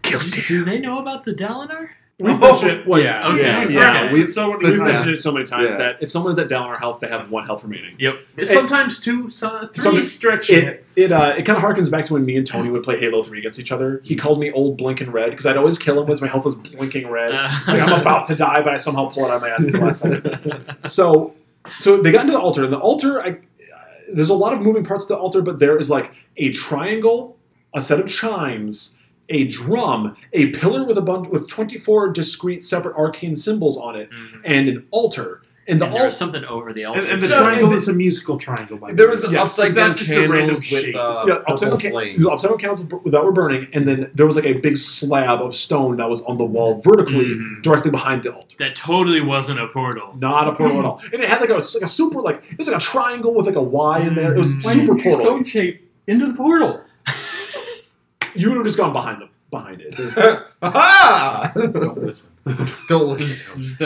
Speaker 1: Kill
Speaker 5: Do they know about the Dalinar?
Speaker 3: We've
Speaker 1: Oh,
Speaker 3: mentioned it. Well,
Speaker 6: yeah,
Speaker 5: okay.
Speaker 3: yeah,
Speaker 5: Yeah,
Speaker 3: yeah.
Speaker 4: Perhaps
Speaker 3: We've,
Speaker 4: it's so many
Speaker 3: we've
Speaker 1: Yeah.
Speaker 4: times.
Speaker 3: mentioned it so many times
Speaker 1: Yeah.
Speaker 3: that if someone's at down or health, they have one health remaining.
Speaker 5: Yep.
Speaker 4: It's sometimes two, some, three
Speaker 3: Some-
Speaker 4: stretching it.
Speaker 3: It it uh, it kind of harkens back to when me and Tony would play Halo Three against each other. He called me old blinking red because I'd always kill him because my health was blinking red. like
Speaker 5: Uh,
Speaker 3: I'm about to die, but I somehow pull it out of my ass at the last second. So, so they got into the altar, and the altar, I, there's a lot of moving parts to the altar, but there is like a triangle, a set of chimes, a drum, a pillar with a bunch with 24 discrete separate arcane symbols on it,
Speaker 5: Mhm.
Speaker 3: and an altar. And the
Speaker 5: And there was
Speaker 3: altar,
Speaker 5: something over the altar.
Speaker 4: And, and the
Speaker 3: So,
Speaker 4: triangle
Speaker 3: and the-
Speaker 4: is a musical triangle. By the
Speaker 1: There
Speaker 4: way.
Speaker 1: was an
Speaker 3: Yeah,
Speaker 1: upside
Speaker 4: it's
Speaker 1: down
Speaker 4: not just a random
Speaker 1: candles with
Speaker 4: shape.
Speaker 1: uh,
Speaker 3: yeah,
Speaker 1: purple
Speaker 3: upside down, ca-
Speaker 1: flames.
Speaker 3: the upside down candles b- that were burning, and then there was like a big slab of stone that was on the wall vertically,
Speaker 5: Mhm.
Speaker 3: directly behind the altar.
Speaker 5: that totally wasn't a portal.
Speaker 3: Not a portal at all. And it had like a, like a super like it was like a triangle with like a Y in there. It was
Speaker 5: Mm.
Speaker 6: Why
Speaker 3: super
Speaker 6: didn't you
Speaker 3: portal.
Speaker 6: stone shape into the portal.
Speaker 3: You would have just gone behind them behind it. There's-
Speaker 1: Ah!
Speaker 6: Don't listen.
Speaker 1: Don't listen.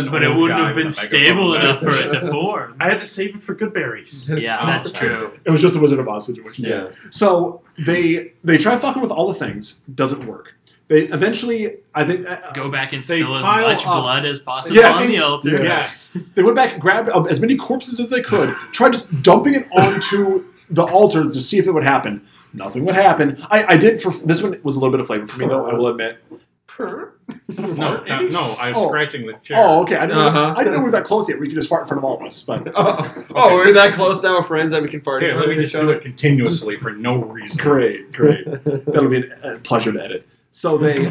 Speaker 5: But
Speaker 6: Oh,
Speaker 5: it wouldn't have been stable enough for it to form.
Speaker 4: I had to save it for good berries.
Speaker 5: yeah, that's true.
Speaker 3: it was just a Wizard of Oz situation.
Speaker 6: Yeah.
Speaker 3: So they they try fucking with all the things. Doesn't work. They eventually, I think, uh,
Speaker 5: Go back and
Speaker 6: They
Speaker 5: spill as
Speaker 6: pile
Speaker 5: much
Speaker 6: up.
Speaker 5: blood as possible
Speaker 3: Yes.
Speaker 5: on the altar.
Speaker 6: Yes.
Speaker 3: they went back, grabbed um, as many corpses as they could, tried just dumping it onto the altar to see if it would happen. Nothing would happen. I, I did for this one was a little bit of flavor for me though. I will admit. Is that a
Speaker 6: No,
Speaker 3: fart,
Speaker 6: that-
Speaker 3: Andy?
Speaker 6: no, I was
Speaker 3: Oh.
Speaker 6: scratching the chair.
Speaker 3: Oh, okay. I didn't,
Speaker 1: Uh-huh.
Speaker 3: I didn't know we were that close yet. We could just fart in front of all of us, but
Speaker 1: Oh, oh, we're that close now, we're friends, that we can party
Speaker 6: Here,
Speaker 1: with
Speaker 6: let me
Speaker 1: each
Speaker 6: just do
Speaker 1: other.
Speaker 6: it continuously for no reason.
Speaker 3: great, great. That'll be an- a pleasure to edit. So they,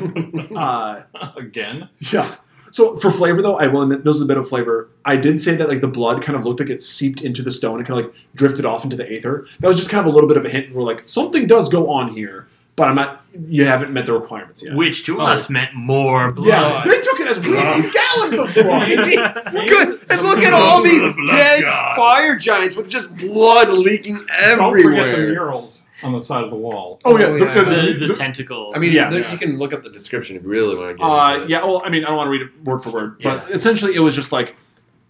Speaker 3: uh,
Speaker 6: Again.
Speaker 3: yeah. So for flavor though, I will admit there was a bit of flavor. I did say that like the blood kind of looked like it seeped into the stone and kind of like drifted off into the aether. That was just kind of a little bit of a hint. We're like something does go on here, but I'm not. You haven't met the requirements yet.
Speaker 5: Which to
Speaker 6: Oh.
Speaker 5: us meant more
Speaker 3: Yes,
Speaker 5: blood.
Speaker 3: they took it as we need gallons of blood.
Speaker 1: Good. And look at all these dead fire giants with just blood leaking
Speaker 6: Don't forget the
Speaker 1: everywhere.
Speaker 6: murals on the side of the walls.
Speaker 3: Oh yeah,
Speaker 1: Oh,
Speaker 3: the-
Speaker 1: yeah.
Speaker 3: the-
Speaker 5: The, the
Speaker 3: the-
Speaker 5: tentacles.
Speaker 1: I mean,
Speaker 3: Yes.
Speaker 1: there- you can look up the description if you really want to get into
Speaker 3: Uh,
Speaker 1: it.
Speaker 3: yeah, well, I mean, I don't want to read it word for word, but essentially it was just like,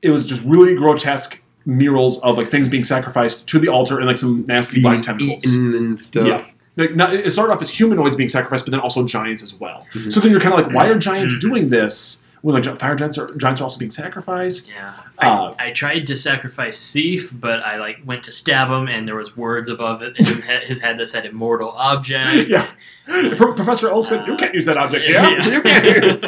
Speaker 3: it was just really grotesque murals of like things being sacrificed to the altar and like some nasty black tentacles.
Speaker 1: eaten and stuff.
Speaker 3: Yeah. Like, not, it started off as humanoids being sacrificed, but then also giants as well. So then you're kind of like, why are giants doing this? When like gi- fire giants are giants are also being sacrificed.
Speaker 5: yeah.
Speaker 3: Uh,
Speaker 5: I tried to sacrifice Sif, but I like went to stab him, and there was words above it in his head that said "immortal object."
Speaker 3: yeah, Pro- Professor Oak said you can't use that object here.
Speaker 5: Yeah.
Speaker 3: You can't.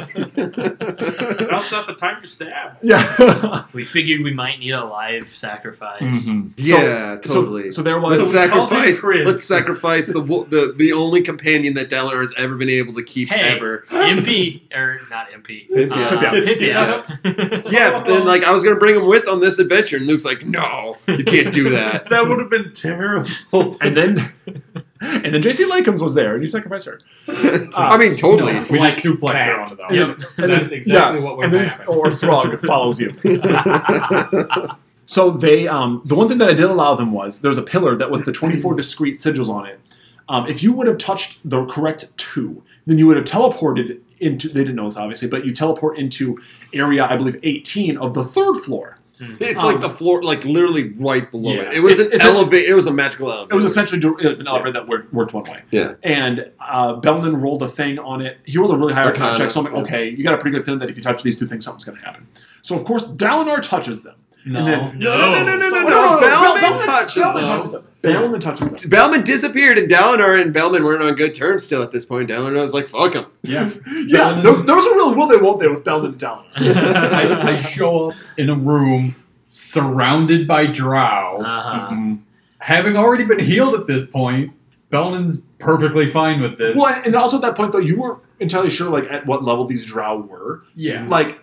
Speaker 4: I'll now's not the time to stab.
Speaker 3: Yeah.
Speaker 5: We figured we might need a live sacrifice.
Speaker 1: Mm-hmm.
Speaker 3: Mhm. So-
Speaker 1: yeah,
Speaker 3: so-
Speaker 1: totally.
Speaker 3: So, there
Speaker 1: let's
Speaker 3: was.
Speaker 4: So we call
Speaker 1: sacrifice.
Speaker 4: him Chris.
Speaker 1: Let's sacrifice the wo- the the only companion that Dalinar has ever been able to keep
Speaker 5: Hey.
Speaker 1: ever.
Speaker 5: MP or not MP?
Speaker 1: Pip, yeah.
Speaker 5: Uh, Pip, yeah.
Speaker 1: Yeah, but then like I was gonna bring him with on this adventure, and Luke's like, "No, you can't do that."
Speaker 4: That would have been terrible.
Speaker 3: and then. And then JC Lacombs was there, and he sacrificed her.
Speaker 1: I mean, totally.
Speaker 3: no.
Speaker 10: We
Speaker 6: Like
Speaker 10: just suplex her
Speaker 6: that.
Speaker 10: onto that.
Speaker 3: Yeah. And then-
Speaker 6: That's exactly
Speaker 3: yeah,
Speaker 6: what would
Speaker 3: and then,
Speaker 6: happen.
Speaker 3: or Throg follows you. So they, um, the one thing that I did allow them was there's a pillar that with the 24 discrete sigils on it. Um, if you would have touched the correct two, then you would have teleported into. They didn't know this obviously, but you teleport into area I believe 18 of the third floor.
Speaker 1: It's
Speaker 3: Um,
Speaker 1: like the floor, like literally right below
Speaker 10: Yeah.
Speaker 1: it. It was
Speaker 3: It's-
Speaker 1: an
Speaker 3: it's actually-
Speaker 1: elevator. It was a magical elevator.
Speaker 3: It was essentially it was an elevator that worked, worked one way.
Speaker 1: Yeah.
Speaker 3: And uh, Belnan rolled a thing on it. He rolled a really high arcana
Speaker 1: Arcana,
Speaker 3: check, so I'm like,
Speaker 1: yeah.
Speaker 3: okay, you got a pretty good feeling that if you touch these two things, something's going to happen. So of course, Dalinar touches them.
Speaker 6: No.
Speaker 3: And then-
Speaker 1: no, no, no, no, no, no, no.
Speaker 3: Bel-
Speaker 1: Bellman
Speaker 3: Belnan-
Speaker 1: touches
Speaker 3: Belnan
Speaker 1: them.
Speaker 3: touches them. Belnan touches them.
Speaker 1: Bellman disappeared, and Dalinar and Bellman weren't on good terms still at this point. Dalinar was like, "Fuck him."
Speaker 3: Yeah, yeah.
Speaker 6: Belnan-
Speaker 3: There's, there's a real will they won't they with Belden and Dalinar.
Speaker 6: I, I show up in a room surrounded by drow,
Speaker 5: Uh-huh.
Speaker 3: Um,
Speaker 6: having already been healed at this point. Belnin's perfectly fine with this.
Speaker 3: Well, and also at that point though, you weren't entirely sure like at what level these drow were.
Speaker 6: Yeah.
Speaker 3: Like,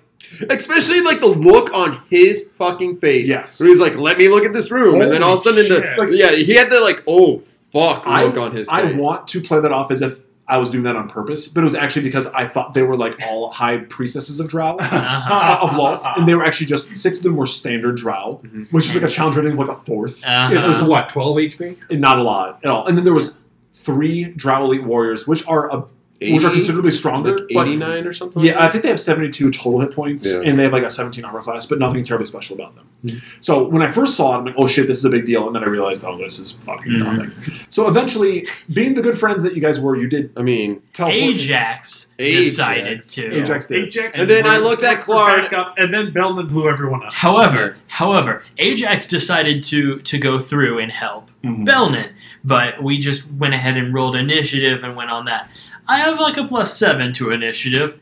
Speaker 1: Especially like the look on his fucking face.
Speaker 3: Yes.
Speaker 1: Where he's like, "Let me look at this room," and then all of a
Speaker 4: Holy
Speaker 1: sudden, the,
Speaker 4: shit.
Speaker 1: like, yeah, he had the like, "Oh fuck,"
Speaker 3: I-
Speaker 1: look on his face.
Speaker 3: I want to play that off as if I was doing that on purpose, but it was actually because I thought they were like all high priestesses of drow.
Speaker 5: Uh-huh.
Speaker 3: uh, of Loth, and they were actually just six of them were standard drow,
Speaker 1: Mhm.
Speaker 3: which was like a challenge rating of like a 4th
Speaker 5: Uh-huh.
Speaker 3: It was a
Speaker 10: what, 12 HP?
Speaker 3: and not a lot at all. And then there was three drow elite warriors, which are a, which are
Speaker 1: 80?
Speaker 3: considerably stronger.
Speaker 1: like
Speaker 3: but-
Speaker 1: eighty nine or something. like
Speaker 3: yeah, I
Speaker 1: that?
Speaker 3: think they have 72 total hit points,
Speaker 1: Yeah.
Speaker 3: and they have like a 17 armor class, but nothing terribly special about them. So when I first saw it, I'm like, oh shit, this is a big deal. And then I realized, oh, this is fucking nothing. So eventually, being the good friends that you guys were, you did
Speaker 1: I mean,
Speaker 3: tell
Speaker 5: Ajax,
Speaker 1: Ajax.
Speaker 5: decided to.
Speaker 3: Ajax did.
Speaker 4: Ajax
Speaker 1: And then I looked at Clark.
Speaker 4: back up, and then Bellman blew everyone up.
Speaker 5: However, however, Ajax decided to to go through and help
Speaker 3: Mhm.
Speaker 5: Belnan, but we just went ahead and rolled initiative and went on that. I have like a plus seven to initiative,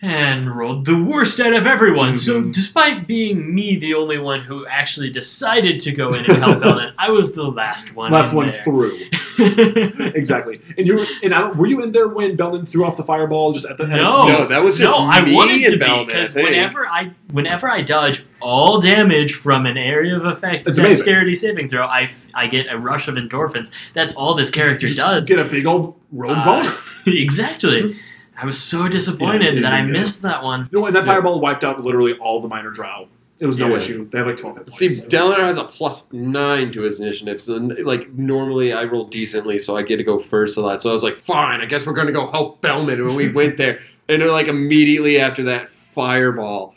Speaker 5: and rolled the worst out of everyone. So
Speaker 3: Mm-hmm.
Speaker 5: despite being me the only one who actually decided to go in and help Belnan, I was the last one.
Speaker 3: last
Speaker 5: in
Speaker 3: one
Speaker 5: there.
Speaker 3: through. exactly. And you were, and I don't, were you in there when Belden threw off the fireball just at the
Speaker 5: No.
Speaker 1: no, that was just
Speaker 5: no,
Speaker 1: me
Speaker 5: I wanted
Speaker 1: and
Speaker 5: to be
Speaker 1: Bellman,
Speaker 5: because
Speaker 1: I think.
Speaker 5: whenever I whenever I dodge all damage from an area of effect
Speaker 3: That's amazing.
Speaker 5: dexterity saving throw, I, f- I get a rush of endorphins. That's all this character
Speaker 3: Just
Speaker 5: does.
Speaker 3: get a big old rogue
Speaker 5: Uh,
Speaker 3: boner.
Speaker 5: exactly. I was so disappointed
Speaker 3: Yeah,
Speaker 5: that I
Speaker 3: you did.
Speaker 5: missed that one.
Speaker 3: You know, and that
Speaker 1: Yeah.
Speaker 3: fireball wiped out literally all the minor drow. It was no
Speaker 1: Yeah.
Speaker 3: issue. They have like 12 hit
Speaker 1: See,
Speaker 3: points.
Speaker 1: Dalinar has a plus nine to his initiative, so like normally I roll decently, so I get to go first a lot. So I was like, fine, I guess we're gonna go help Bellman. And we went there, and they're like immediately after that fireball,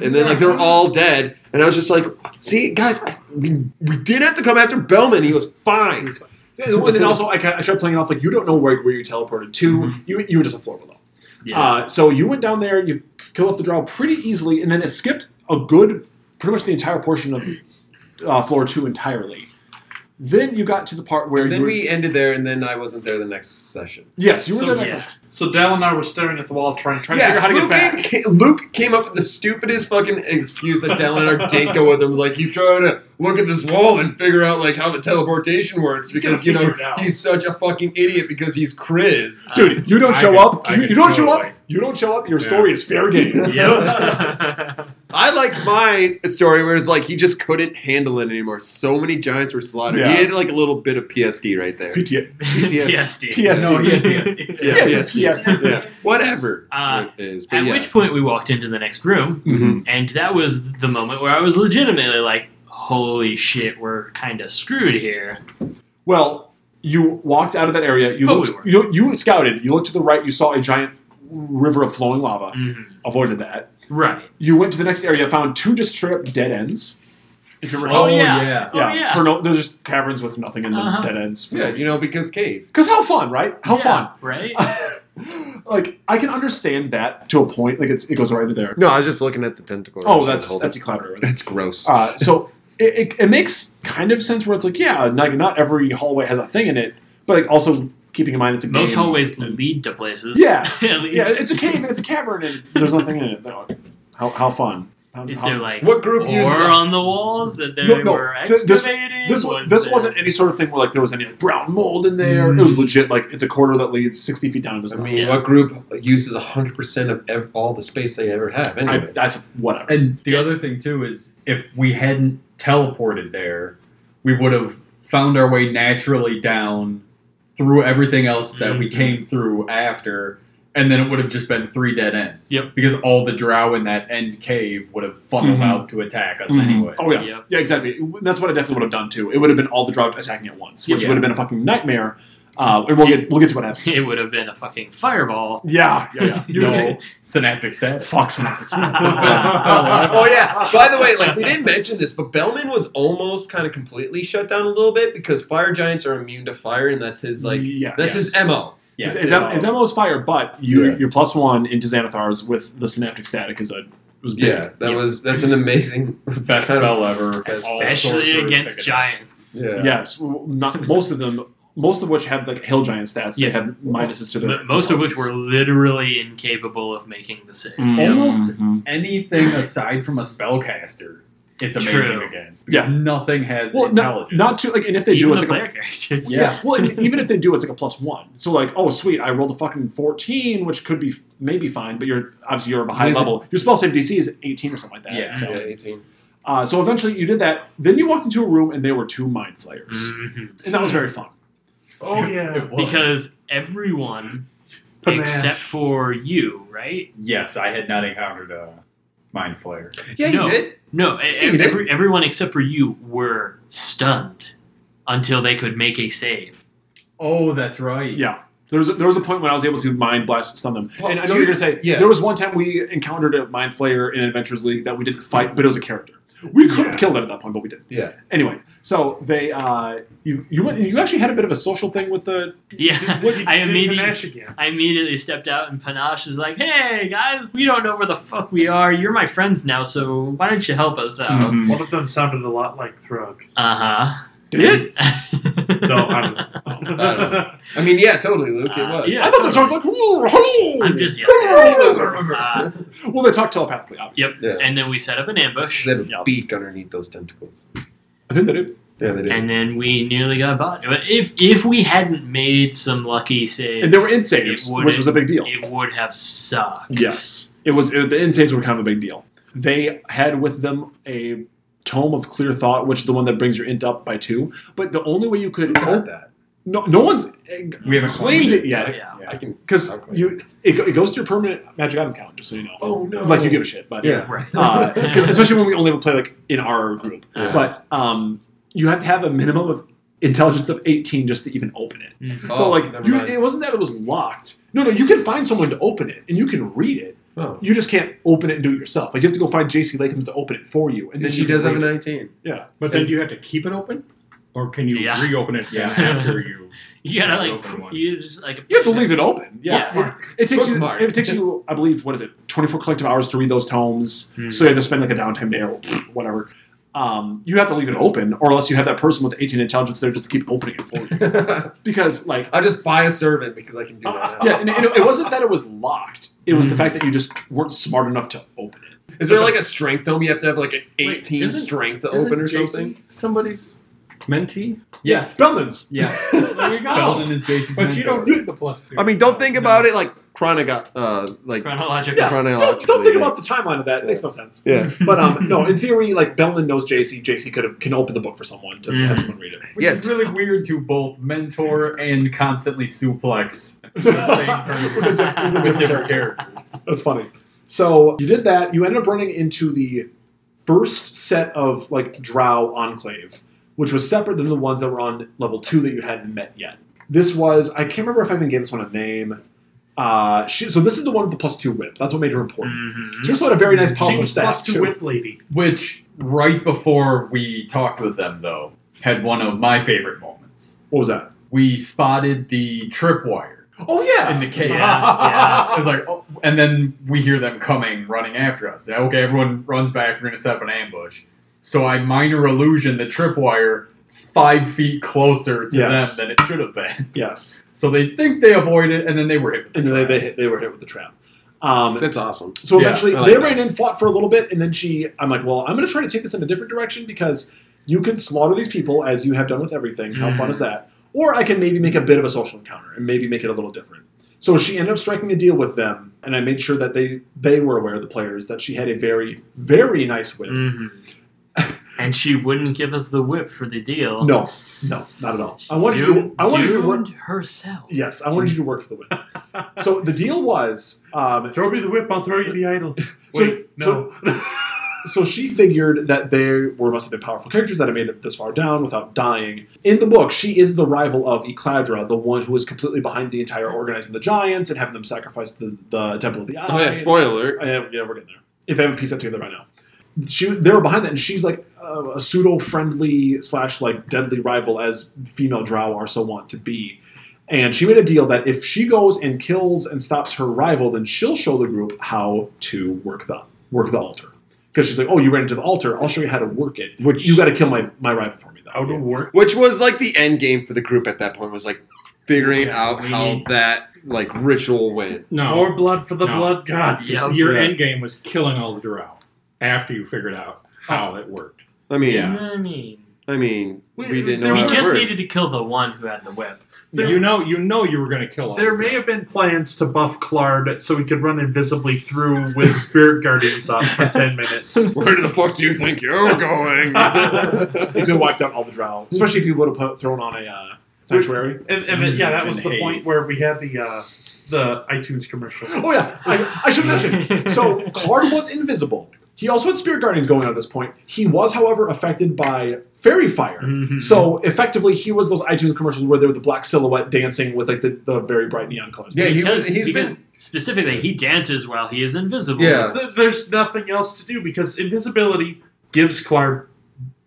Speaker 1: and then like they're all dead. And I was just like, see, guys, I, we, we did have to come after Bellman. He was fine.
Speaker 3: Yeah, and then also I, ca- I tried playing it off like you don't know where, where you teleported to. You you were just a floor below.
Speaker 5: Mm-hmm. Yeah.
Speaker 3: Uh, so you went down there, you kill off the drow pretty easily, and then it skipped a good, pretty much the entire portion of uh, floor two entirely. Then you got to the part where you
Speaker 1: Then
Speaker 3: were,
Speaker 1: we ended there, and then I wasn't there the next session.
Speaker 3: yes you were
Speaker 4: So,
Speaker 3: there. That's
Speaker 5: yeah.
Speaker 4: So Dalinar was staring at the wall, trying, trying
Speaker 1: yeah,
Speaker 4: to figure out how to
Speaker 1: Luke
Speaker 4: get back.
Speaker 1: Came, Luke came up with the stupidest fucking excuse that Dalinar didn't go with him. Was like he's trying to look at this wall and figure out like how the teleportation works
Speaker 4: He's
Speaker 1: because you
Speaker 4: gonna
Speaker 1: know
Speaker 4: figure it out.
Speaker 1: he's such a fucking idiot because he's Chris.
Speaker 3: Dude, you don't
Speaker 10: I
Speaker 3: show
Speaker 10: could-
Speaker 3: up.
Speaker 10: I
Speaker 3: You,
Speaker 10: could
Speaker 3: you don't show
Speaker 10: totally.
Speaker 3: up. You don't show up. Your
Speaker 10: Yeah.
Speaker 3: story is fair game.
Speaker 5: Yep.
Speaker 1: I liked my story where it's like he just couldn't handle it anymore. So many giants were slaughtered.
Speaker 3: Yeah.
Speaker 1: He had like a little bit of PSD right there.
Speaker 3: PTA.
Speaker 5: PSD.
Speaker 3: PSD.
Speaker 5: No, he had PSD.
Speaker 3: Yeah, it's a PSD.
Speaker 1: Yeah. Whatever
Speaker 5: Uh,
Speaker 1: it is. But
Speaker 5: At
Speaker 1: yeah.
Speaker 5: which point we walked into the next room,
Speaker 3: Mm-hmm.
Speaker 1: Mhm.
Speaker 5: and that was the moment where I was legitimately like, "Holy shit, we're kind of screwed here."
Speaker 3: Well, you walked out of that area. You
Speaker 5: Oh,
Speaker 3: looked,
Speaker 5: we were.
Speaker 3: you, you scouted. You looked to the right. You saw a giant river of flowing lava.
Speaker 5: Mhm.
Speaker 3: Avoided that.
Speaker 5: Right.
Speaker 3: You went to the next area. Found two just straight up dead ends. If you
Speaker 5: Oh,
Speaker 3: recall,
Speaker 5: yeah. Oh,
Speaker 3: yeah,
Speaker 5: yeah.
Speaker 3: For no, they're just caverns with nothing in them.
Speaker 5: Uh-huh.
Speaker 3: Dead ends.
Speaker 1: yeah, you know, because cave.
Speaker 3: Because how fun, right? How
Speaker 5: Yeah,
Speaker 3: fun.
Speaker 5: Right.
Speaker 3: like I can understand that to a point. Like it's, it goes right to there.
Speaker 1: No, I was just looking at the tentacle.
Speaker 3: Oh, that's that's a cloud
Speaker 1: that's gross.
Speaker 3: Uh, so it, it, it makes kind of sense where it's like, yeah, like not every hallway has a thing in it, but like also keeping in mind it's a
Speaker 5: Most
Speaker 3: game.
Speaker 5: hallways lead to places.
Speaker 3: Yeah.
Speaker 5: At least.
Speaker 3: Yeah, it's a cave and it's a cavern and there's nothing in it. No. How, how fun. How-
Speaker 5: Is
Speaker 3: how-
Speaker 5: there like
Speaker 1: What group uses
Speaker 5: ore on the walls that they
Speaker 3: No, no,
Speaker 5: were
Speaker 3: th-
Speaker 5: excavating?
Speaker 3: this- this was,
Speaker 5: was
Speaker 3: this
Speaker 5: there-
Speaker 3: wasn't any sort of thing where like there was any like, brown mold in there. It was legit like it's a corridor that leads sixty feet down. and There's
Speaker 1: I
Speaker 3: nothing.
Speaker 1: mean,
Speaker 5: Yeah.
Speaker 1: what group uses 100% of ev- all the space they ever have?
Speaker 3: I,
Speaker 1: Anyways.
Speaker 3: that's whatever.
Speaker 6: And the other thing too is if we hadn't teleported there, we would have found our way naturally down through everything else that we
Speaker 5: Mhm.
Speaker 6: came through after, and then it would have just been three dead ends.
Speaker 5: Yep.
Speaker 6: Because all the drow in that end cave would have funneled
Speaker 3: Mhm.
Speaker 6: out to attack us
Speaker 3: Mhm.
Speaker 6: anyway.
Speaker 3: Oh yeah,
Speaker 5: Yep.
Speaker 3: yeah, exactly. That's what I definitely would have done too. It would have been all the drought attacking at once, which
Speaker 6: Yeah.
Speaker 3: would have been a fucking nightmare. Uh, and we'll get we'll get to what happened.
Speaker 5: It would have been a fucking fireball.
Speaker 3: Yeah, yeah, yeah. You
Speaker 6: No
Speaker 3: would take-
Speaker 6: synaptic status.
Speaker 3: fuck synaptics.
Speaker 1: oh yeah. By the way, like we didn't mention this, but Bellman was almost kind of completely shut down a little bit because fire giants are immune to fire, and that's his like
Speaker 3: Yes.
Speaker 1: that's his mo.
Speaker 6: Yeah.
Speaker 3: Is, is, M- is MO's fire, but you
Speaker 11: Yeah.
Speaker 3: you're plus one into Xanathar's with the synaptic static is a was big.
Speaker 1: Yeah, that was that's an amazing.
Speaker 6: best
Speaker 1: kind of-
Speaker 6: spell ever.
Speaker 1: Best-
Speaker 6: All
Speaker 5: Especially
Speaker 6: sorcerers
Speaker 5: against
Speaker 6: pick it up.
Speaker 5: giants.
Speaker 1: Yeah.
Speaker 3: Yes, w- not most of them. Most of which have like hill giant stats.
Speaker 5: Yeah.
Speaker 3: They have minuses to their
Speaker 5: M- Most of which were
Speaker 3: intelligence.
Speaker 5: literally incapable of making the save.
Speaker 3: Mm.
Speaker 6: Almost
Speaker 3: Mhm.
Speaker 6: anything aside from a spellcaster, it's amazing
Speaker 5: True.
Speaker 6: against.
Speaker 3: Yeah.
Speaker 6: because Nothing has
Speaker 3: Well, not,
Speaker 6: intelligence.
Speaker 3: not too like, and if they
Speaker 5: Even
Speaker 3: do,
Speaker 5: the
Speaker 3: it's like a-
Speaker 5: player characters.
Speaker 3: Yeah. Well, and even if they do, it's like a plus one. So like, oh sweet, I rolled a fucking fourteen, which could be maybe fine, but you're obviously you're of a high
Speaker 1: Is it-
Speaker 3: level. Your spell save DC is eighteen or something like that.
Speaker 6: Yeah.
Speaker 1: Yeah,
Speaker 3: So,
Speaker 1: eighteen.
Speaker 3: uh, so eventually you did that. Then you walked into a room and they were two mind flayers,
Speaker 5: Mhm.
Speaker 3: and that was very fun.
Speaker 4: Oh yeah.
Speaker 6: It was.
Speaker 5: Because everyone
Speaker 4: Panache.
Speaker 5: except for you, right?
Speaker 6: yes, I had not encountered a mind flayer.
Speaker 1: Yeah,
Speaker 5: No.
Speaker 1: you did.
Speaker 5: No, e-
Speaker 1: you did.
Speaker 5: every, everyone except for you were stunned until they could make a save.
Speaker 6: Oh, that's right.
Speaker 3: Yeah. There was, a, there was a point when I was able to mind blast stun them.
Speaker 1: Well,
Speaker 3: and I know you're going to say,
Speaker 1: yeah.
Speaker 3: there was one time we encountered a mind flayer in Adventures League that we didn't fight, but it was a character. We could have killed it at that point, but we didn't.
Speaker 1: Yeah.
Speaker 3: Anyway, so they, uh, you you went, you actually had a bit of a social thing with the,
Speaker 5: Yeah,
Speaker 4: What, you
Speaker 5: I
Speaker 4: did
Speaker 5: immediately,
Speaker 4: Panache again.
Speaker 5: I immediately stepped out, and Panache is like, "Hey guys, we don't know where the fuck we are. You're my friends now, so why don't you help us out?"
Speaker 3: Mm-hmm. uh,
Speaker 6: Mhm.
Speaker 4: One of them sounded a lot like Thrug.
Speaker 5: Uh huh.
Speaker 3: Did it?
Speaker 4: No, I don't know.
Speaker 1: I, don't know. I mean, yeah, totally, Luke. It
Speaker 5: Uh,
Speaker 1: was.
Speaker 5: yeah.
Speaker 3: I thought the talk like, "Hello, hello."
Speaker 5: I'm just Uh,
Speaker 3: well, they talk telepathically, obviously.
Speaker 5: Yep.
Speaker 1: Yeah.
Speaker 5: and then we set up an ambush,
Speaker 1: They have a
Speaker 3: Yep.
Speaker 1: beak underneath those tentacles.
Speaker 3: I think they do.
Speaker 1: Yeah, they do.
Speaker 5: and then we nearly got bought. But If if we hadn't made some lucky saves,
Speaker 3: And they were in
Speaker 5: it
Speaker 3: saves,
Speaker 5: wouldn't-
Speaker 3: which was a big deal.
Speaker 5: it would have sucked.
Speaker 3: Yes, it was. It, the end saves were kind of a big deal. They had with them a tome of clear thought, which is the one that brings your int up by two. But the only way you could
Speaker 1: got that.
Speaker 3: no, no one's
Speaker 6: We haven't
Speaker 3: claimed it yet
Speaker 5: yeah.
Speaker 1: I can.
Speaker 3: because
Speaker 1: Okay.
Speaker 3: you it, it goes to your permanent magic item count, just so you know.
Speaker 1: Oh no!
Speaker 3: Like you give a shit, but
Speaker 1: Yeah.
Speaker 5: Right.
Speaker 3: Uh, 'cause especially when we only ever play like in our group.
Speaker 5: Yeah.
Speaker 3: But um, you have to have a minimum of intelligence of eighteen just to even open it.
Speaker 5: Mhm.
Speaker 1: Oh,
Speaker 3: so like
Speaker 1: never
Speaker 3: you,
Speaker 1: mind.
Speaker 3: it wasn't that it was locked. No, no, you can find someone to open it and you can read it.
Speaker 1: Oh.
Speaker 3: You just can't open it and do it yourself. Like you have to go find JC Lakems to open it for you, and then
Speaker 1: she
Speaker 3: you can
Speaker 1: does have a
Speaker 3: read it.
Speaker 1: nineteen.
Speaker 3: Yeah,
Speaker 11: But then do you have to keep it open, or can you
Speaker 5: Yeah.
Speaker 11: reopen it
Speaker 6: Yeah.
Speaker 11: after you?
Speaker 5: You gotta like
Speaker 11: Open
Speaker 5: pr-
Speaker 11: ones.
Speaker 5: you just like
Speaker 3: you have to leave it open. Yeah,
Speaker 5: Yeah.
Speaker 3: It, it takes
Speaker 1: Bookmark.
Speaker 3: you. It takes you. I believe what is it? Twenty four collective hours to read those tomes.
Speaker 5: Hmm.
Speaker 3: So you have to spend like a downtime day or whatever. Um, you have to leave it open, or else you have that person with eighteen intelligence there just to keep opening it for you. Because like
Speaker 1: I'll just buy a servant because I can do that.
Speaker 3: yeah, and, and it it wasn't that it was locked. It was the fact that you just weren't smart enough to open it.
Speaker 1: Is there like a strength dome? You have to have like an
Speaker 11: Wait,
Speaker 1: 18
Speaker 11: isn't-
Speaker 1: strength to open or something?
Speaker 11: Somebody's mentee.
Speaker 3: Yeah, Bellin's.
Speaker 6: Yeah.
Speaker 11: There you
Speaker 6: Belden is Jason's
Speaker 11: But you
Speaker 6: mentor.
Speaker 11: don't need the plus two.
Speaker 1: I mean, don't think about it like chronogot, uh, like
Speaker 5: chronological.
Speaker 3: Yeah, Don't,
Speaker 1: chronologically.
Speaker 3: don't think about the timeline of that. It makes no sense.
Speaker 1: Yeah.
Speaker 3: But um, no, in theory, like Bellin knows JC. JC could have, can open the book for someone to
Speaker 5: Mhm.
Speaker 3: have someone read it.
Speaker 6: Which
Speaker 1: Yeah.
Speaker 6: is really weird to both mentor and constantly suplex the same person
Speaker 3: With a diff- with a
Speaker 6: with
Speaker 3: different
Speaker 6: different characters.
Speaker 3: That's funny. So you did that. You ended up running into the first set of like Drow Enclave, which was separate than the ones that were on level two that you hadn't met yet. This was I can't remember if I even gave this one a name. Uh, she, so this is the one with the plus two whip. That's what made her important.
Speaker 5: Mhm.
Speaker 3: She also had a very nice powerful
Speaker 4: Mm-hmm. she was
Speaker 3: stat
Speaker 4: plus two
Speaker 3: too.
Speaker 4: whip lady.
Speaker 6: Which, right before we talked with them, though, had one of my favorite moments.
Speaker 3: What was that?
Speaker 6: We spotted the tripwire.
Speaker 3: Oh yeah,
Speaker 6: in the cave.
Speaker 5: Yeah,
Speaker 6: It's like, oh, and then we hear them coming, running after us. Yeah, okay, everyone runs back. We're gonna set up an ambush. So I minor illusion the tripwire five feet closer to
Speaker 3: Yes.
Speaker 6: them than it should have been.
Speaker 3: Yes.
Speaker 12: So they think they avoid it, and then they were hit. With
Speaker 3: and
Speaker 12: the
Speaker 3: then they,
Speaker 12: trap.
Speaker 3: they, hit- they were hit with the trap. Um,
Speaker 1: That's awesome.
Speaker 3: So
Speaker 12: Yeah,
Speaker 3: eventually,
Speaker 1: I like
Speaker 3: they
Speaker 1: that.
Speaker 3: ran in, fought for a little bit, and then she, I'm like, well, I'm going to try to take this in a different direction because you can slaughter these people as you have done with everything. How fun
Speaker 1: Hmm.
Speaker 3: is that? Or I can maybe make a bit of a social encounter and maybe make it a little different. So she ended up striking a deal with them, and I made sure that they they were aware, the players, that she had a very, very nice whip.
Speaker 1: Mm.
Speaker 5: hmm and she wouldn't give us the whip for the deal.
Speaker 3: No, no, not at all. I wanted you.
Speaker 5: Doomed,
Speaker 3: To, I wanted you to work.
Speaker 5: doomed herself.
Speaker 3: Yes, I wanted you to work for the whip. so the deal was um,
Speaker 4: Throw me the whip, I'll throw you the idol.
Speaker 3: So-
Speaker 4: Wait,
Speaker 3: so-
Speaker 4: no.
Speaker 3: So she figured that they were must have been powerful characters that had made it this far down without dying. In the book, she is the rival of Ecladra, the one who was completely behind the entire organizing the giants and having them sacrifice the, the Temple of the Eye.
Speaker 1: Oh yeah, spoiler.
Speaker 3: I have- yeah, we're getting there. If they haven't pieced that together by now, she they were behind that, and she's like uh, a pseudo friendly slash like deadly rival as female Drow are so want to be. And she made a deal that if she goes and kills and stops her rival, then she'll show the group how to work the work the altar. Because she's like, oh, you ran into the altar. I'll show you how to work it.
Speaker 1: Which
Speaker 3: You got to kill my my rival for me though.
Speaker 4: Out of work.
Speaker 1: which was like the end game for the group at that point was like figuring
Speaker 6: Yeah,
Speaker 1: out
Speaker 6: we
Speaker 1: how
Speaker 6: need-
Speaker 1: that like ritual went.
Speaker 6: No,
Speaker 4: More blood for the
Speaker 6: No.
Speaker 4: blood god.
Speaker 5: Yeah.
Speaker 6: your
Speaker 4: Yeah.
Speaker 6: end game was killing all the Drow after you figured out how it worked.
Speaker 1: I mean,
Speaker 6: Yeah.
Speaker 5: I mean,
Speaker 1: I mean, we,
Speaker 4: We-
Speaker 1: didn't know
Speaker 4: there
Speaker 5: we
Speaker 1: how it
Speaker 5: just
Speaker 1: worked.
Speaker 5: needed to kill the one who had the whip.
Speaker 4: There-
Speaker 6: you know, you know, you were going to kill all.
Speaker 4: There
Speaker 6: the
Speaker 4: may
Speaker 6: Drow.
Speaker 4: have been plans to buff Clard so he could run invisibly through with Spirit Guardians on for 10 minutes.
Speaker 1: Where the fuck do you think you're going?
Speaker 3: They could have wiped out all the drow, especially if you would have put, thrown on a uh, sanctuary.
Speaker 4: And, and yeah, that
Speaker 6: Mm,
Speaker 4: was
Speaker 6: and
Speaker 4: the point
Speaker 6: haste.
Speaker 4: where we had the uh, the iTunes commercial.
Speaker 3: Oh yeah, I, I should mention. So Card was invisible. He also had Spirit Guardians going on at this point. He was, however, affected by fairy fire.
Speaker 4: Mhm.
Speaker 3: So effectively, he was those iTunes commercials where they were the black silhouette dancing with like the, the very bright neon colors.
Speaker 1: Yeah, he
Speaker 5: because,
Speaker 1: was- he's
Speaker 5: because specifically he dances while he is invisible.
Speaker 1: Yeah.
Speaker 4: Th- There's nothing else to do because invisibility gives Clark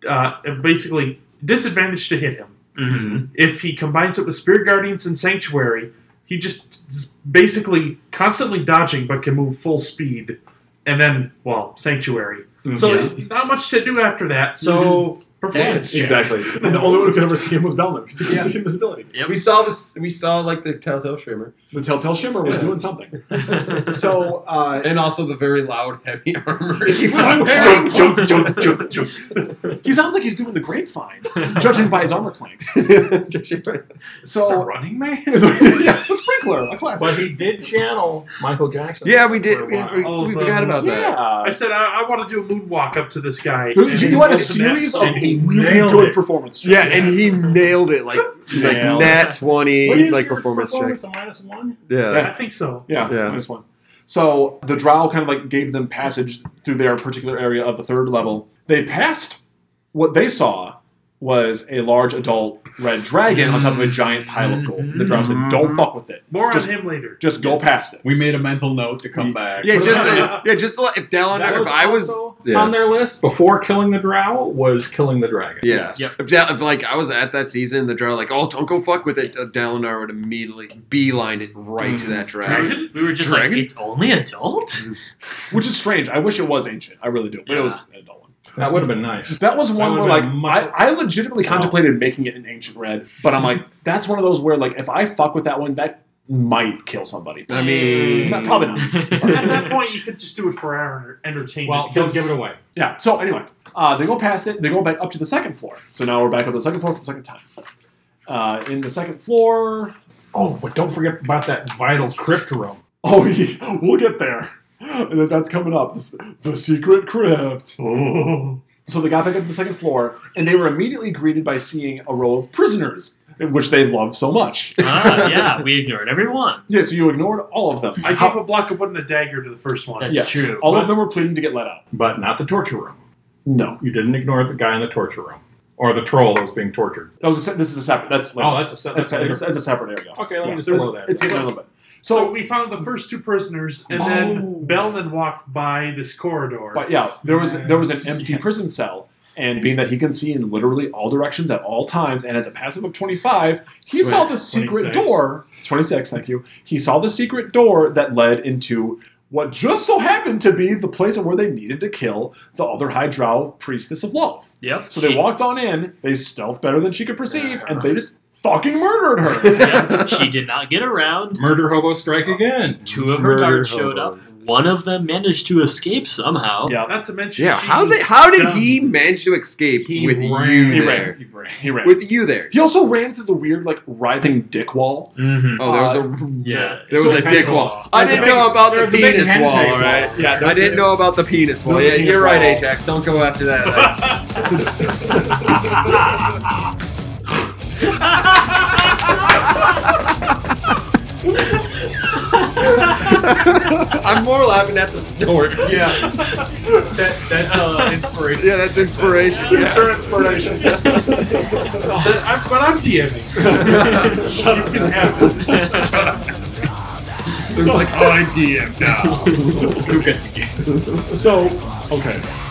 Speaker 4: uh, basically disadvantage to hit him.
Speaker 5: hmm
Speaker 4: If he combines it with Spirit Guardians and Sanctuary, he just is basically constantly dodging but can move full speed. And then, well, Sanctuary. So not much to do after that. So performance. check.
Speaker 3: exactly. And the only one who could ever see him was Bellman because he could see invisibility.
Speaker 1: We saw this. We saw like the telltale shimmer,
Speaker 3: The Telltale Shimmer was
Speaker 1: Yeah.
Speaker 3: doing something. So uh,
Speaker 1: and also the very loud heavy armor. He was wearing.
Speaker 3: jump, jump, jump, jump, jump. He sounds like he's doing the grapevine, judging by his armor clanks.
Speaker 4: The
Speaker 3: So
Speaker 4: running man.
Speaker 3: yeah, the sprinkler, a classic.
Speaker 6: But he did channel Michael Jackson.
Speaker 1: yeah, we did.
Speaker 6: for a
Speaker 1: We,
Speaker 6: while.
Speaker 1: we-
Speaker 4: Oh,
Speaker 1: we
Speaker 4: the-
Speaker 1: forgot about that.
Speaker 3: yeah.
Speaker 4: I said I, I want to do a moonwalk up to this guy.
Speaker 3: You-
Speaker 4: And he
Speaker 3: You had a
Speaker 4: wasn't that-
Speaker 3: series of
Speaker 4: and he
Speaker 3: really
Speaker 4: nailed
Speaker 3: good
Speaker 4: it.
Speaker 3: performances.
Speaker 1: Yeah, and he nailed it like like
Speaker 6: Nailed
Speaker 1: nat
Speaker 6: What
Speaker 1: twenty
Speaker 6: is
Speaker 1: like
Speaker 6: yours,
Speaker 1: performance checks.
Speaker 6: a minus one?
Speaker 1: Yeah.
Speaker 4: I think so.
Speaker 3: yeah,
Speaker 1: Yeah.
Speaker 3: minus one. So the Drow kind of like gave them passage through their particular area of the third level. They passed. What they saw was a large adult red dragon on top of a giant pile of gold. The Drow said,
Speaker 4: Mm-hmm.
Speaker 3: "Don't fuck with it.
Speaker 4: More
Speaker 3: Just-
Speaker 4: on him later.
Speaker 3: Just go past it."
Speaker 12: We made a mental note to come
Speaker 3: Yeah.
Speaker 12: back.
Speaker 1: Yeah, just yeah, just like- if Dallin, if I was
Speaker 6: also
Speaker 1: yeah.
Speaker 6: on their list before killing the Drow was killing the dragon.
Speaker 1: Yes.
Speaker 5: Yep.
Speaker 1: If, Dal- if like I was at that season, the draw like, oh, don't go fuck with it. Dalinar would immediately beeline it right to that dragon.
Speaker 5: Dragon? We were just
Speaker 1: Dragon?
Speaker 5: like, it's only adult.
Speaker 3: Which is strange. I wish it was ancient. I really do, but it was an adult one.
Speaker 6: That would have been nice.
Speaker 3: That was one
Speaker 6: That would've
Speaker 3: where like
Speaker 6: been much-
Speaker 3: I, I legitimately
Speaker 6: Wow.
Speaker 3: contemplated making it an ancient red, but I'm like, that's one of those where like if I fuck with that one, that might kill somebody.
Speaker 1: I mean,
Speaker 3: Not- probably not.
Speaker 4: At that point, you could just do it for our entertainment.
Speaker 6: Well, don't
Speaker 4: because-
Speaker 6: give it away.
Speaker 3: Yeah. So anyway, uh, they go past it. They go back up to the second floor. So now we're back up to the second floor for the second time. Uh, in the second floor.
Speaker 6: Oh, but don't forget about that vital crypt room.
Speaker 3: Oh, yeah, we'll get there. That- That's coming up. This, the secret crypt. So they got back up to the second floor, and they were immediately greeted by seeing a row of prisoners, which they loved so much.
Speaker 5: ah, yeah, we ignored everyone.
Speaker 3: Yeah. So you ignored all of them.
Speaker 4: I
Speaker 3: How-
Speaker 4: gave a block of wood and a dagger to the first one.
Speaker 5: That's
Speaker 3: yes.
Speaker 5: true.
Speaker 3: All of them were pleading to get let out.
Speaker 6: But not the torture room.
Speaker 3: No.
Speaker 6: You didn't ignore the guy in the torture room. Or the troll that was being tortured.
Speaker 3: That was a, se- this is a separate. That's like,
Speaker 6: Oh, that's a set.
Speaker 3: that's, a, that's, a, that's a separate area.
Speaker 6: okay, let me
Speaker 3: Yeah.
Speaker 6: just throw that.
Speaker 3: It's getting a little bit.
Speaker 4: so, we found the first two prisoners, and
Speaker 3: Oh.
Speaker 4: then Bellman walked by this corridor.
Speaker 3: But yeah, there was there was an empty prison cell, and being that he can see in literally all directions at all times, and has a passive of twenty five, he saw the secret
Speaker 6: 26.
Speaker 3: door. Twenty six, thank you. He saw the secret door that led into what just so happened to be the place where they needed to kill the other High Drow priestess of love.
Speaker 5: Yep.
Speaker 3: So they
Speaker 5: She-
Speaker 3: walked on in. They stealthed better than she could perceive, and they just
Speaker 2: fucking murdered her.
Speaker 5: Yeah, she did not get around.
Speaker 6: Murder hobo strike again.
Speaker 5: Two of her
Speaker 6: Murder
Speaker 5: guards showed up.
Speaker 6: hobos.
Speaker 5: One of them managed to escape somehow.
Speaker 2: yeah,
Speaker 4: Not to mention,
Speaker 1: Yeah,
Speaker 4: she
Speaker 1: how
Speaker 4: was
Speaker 1: did how did
Speaker 4: dumb.
Speaker 1: he manage to escape
Speaker 6: He
Speaker 1: with
Speaker 6: ran.
Speaker 1: you
Speaker 2: He
Speaker 1: there?
Speaker 2: ran. he ran.
Speaker 1: With you there?
Speaker 2: He also ran through the weird, like, writhing dick wall.
Speaker 5: Mm-hmm.
Speaker 1: Oh, there was
Speaker 2: Uh,
Speaker 1: a
Speaker 5: Yeah.
Speaker 1: there was
Speaker 2: so
Speaker 1: a dick
Speaker 6: painful.
Speaker 1: wall. I
Speaker 2: There's
Speaker 1: didn't
Speaker 2: a
Speaker 1: know
Speaker 4: big-
Speaker 1: about the
Speaker 4: there's a big
Speaker 1: penis
Speaker 4: hentai
Speaker 1: wall.
Speaker 4: wall.
Speaker 1: All right,
Speaker 2: Yeah,
Speaker 1: I didn't know about the penis wall.
Speaker 2: There's a
Speaker 1: Yeah,
Speaker 2: penis
Speaker 1: you're right,
Speaker 2: wall.
Speaker 1: Ajax. Don't go after that. I'm more laughing at the snort.
Speaker 6: Yeah. that, that's uh, inspiration.
Speaker 1: Yeah, that's inspiration.
Speaker 2: It's her inspiration.
Speaker 4: So, I'm, but I'm DMing. Shut up. You can have this.
Speaker 2: There's like, oh, I DM now.
Speaker 6: Who gets to get
Speaker 2: So, okay.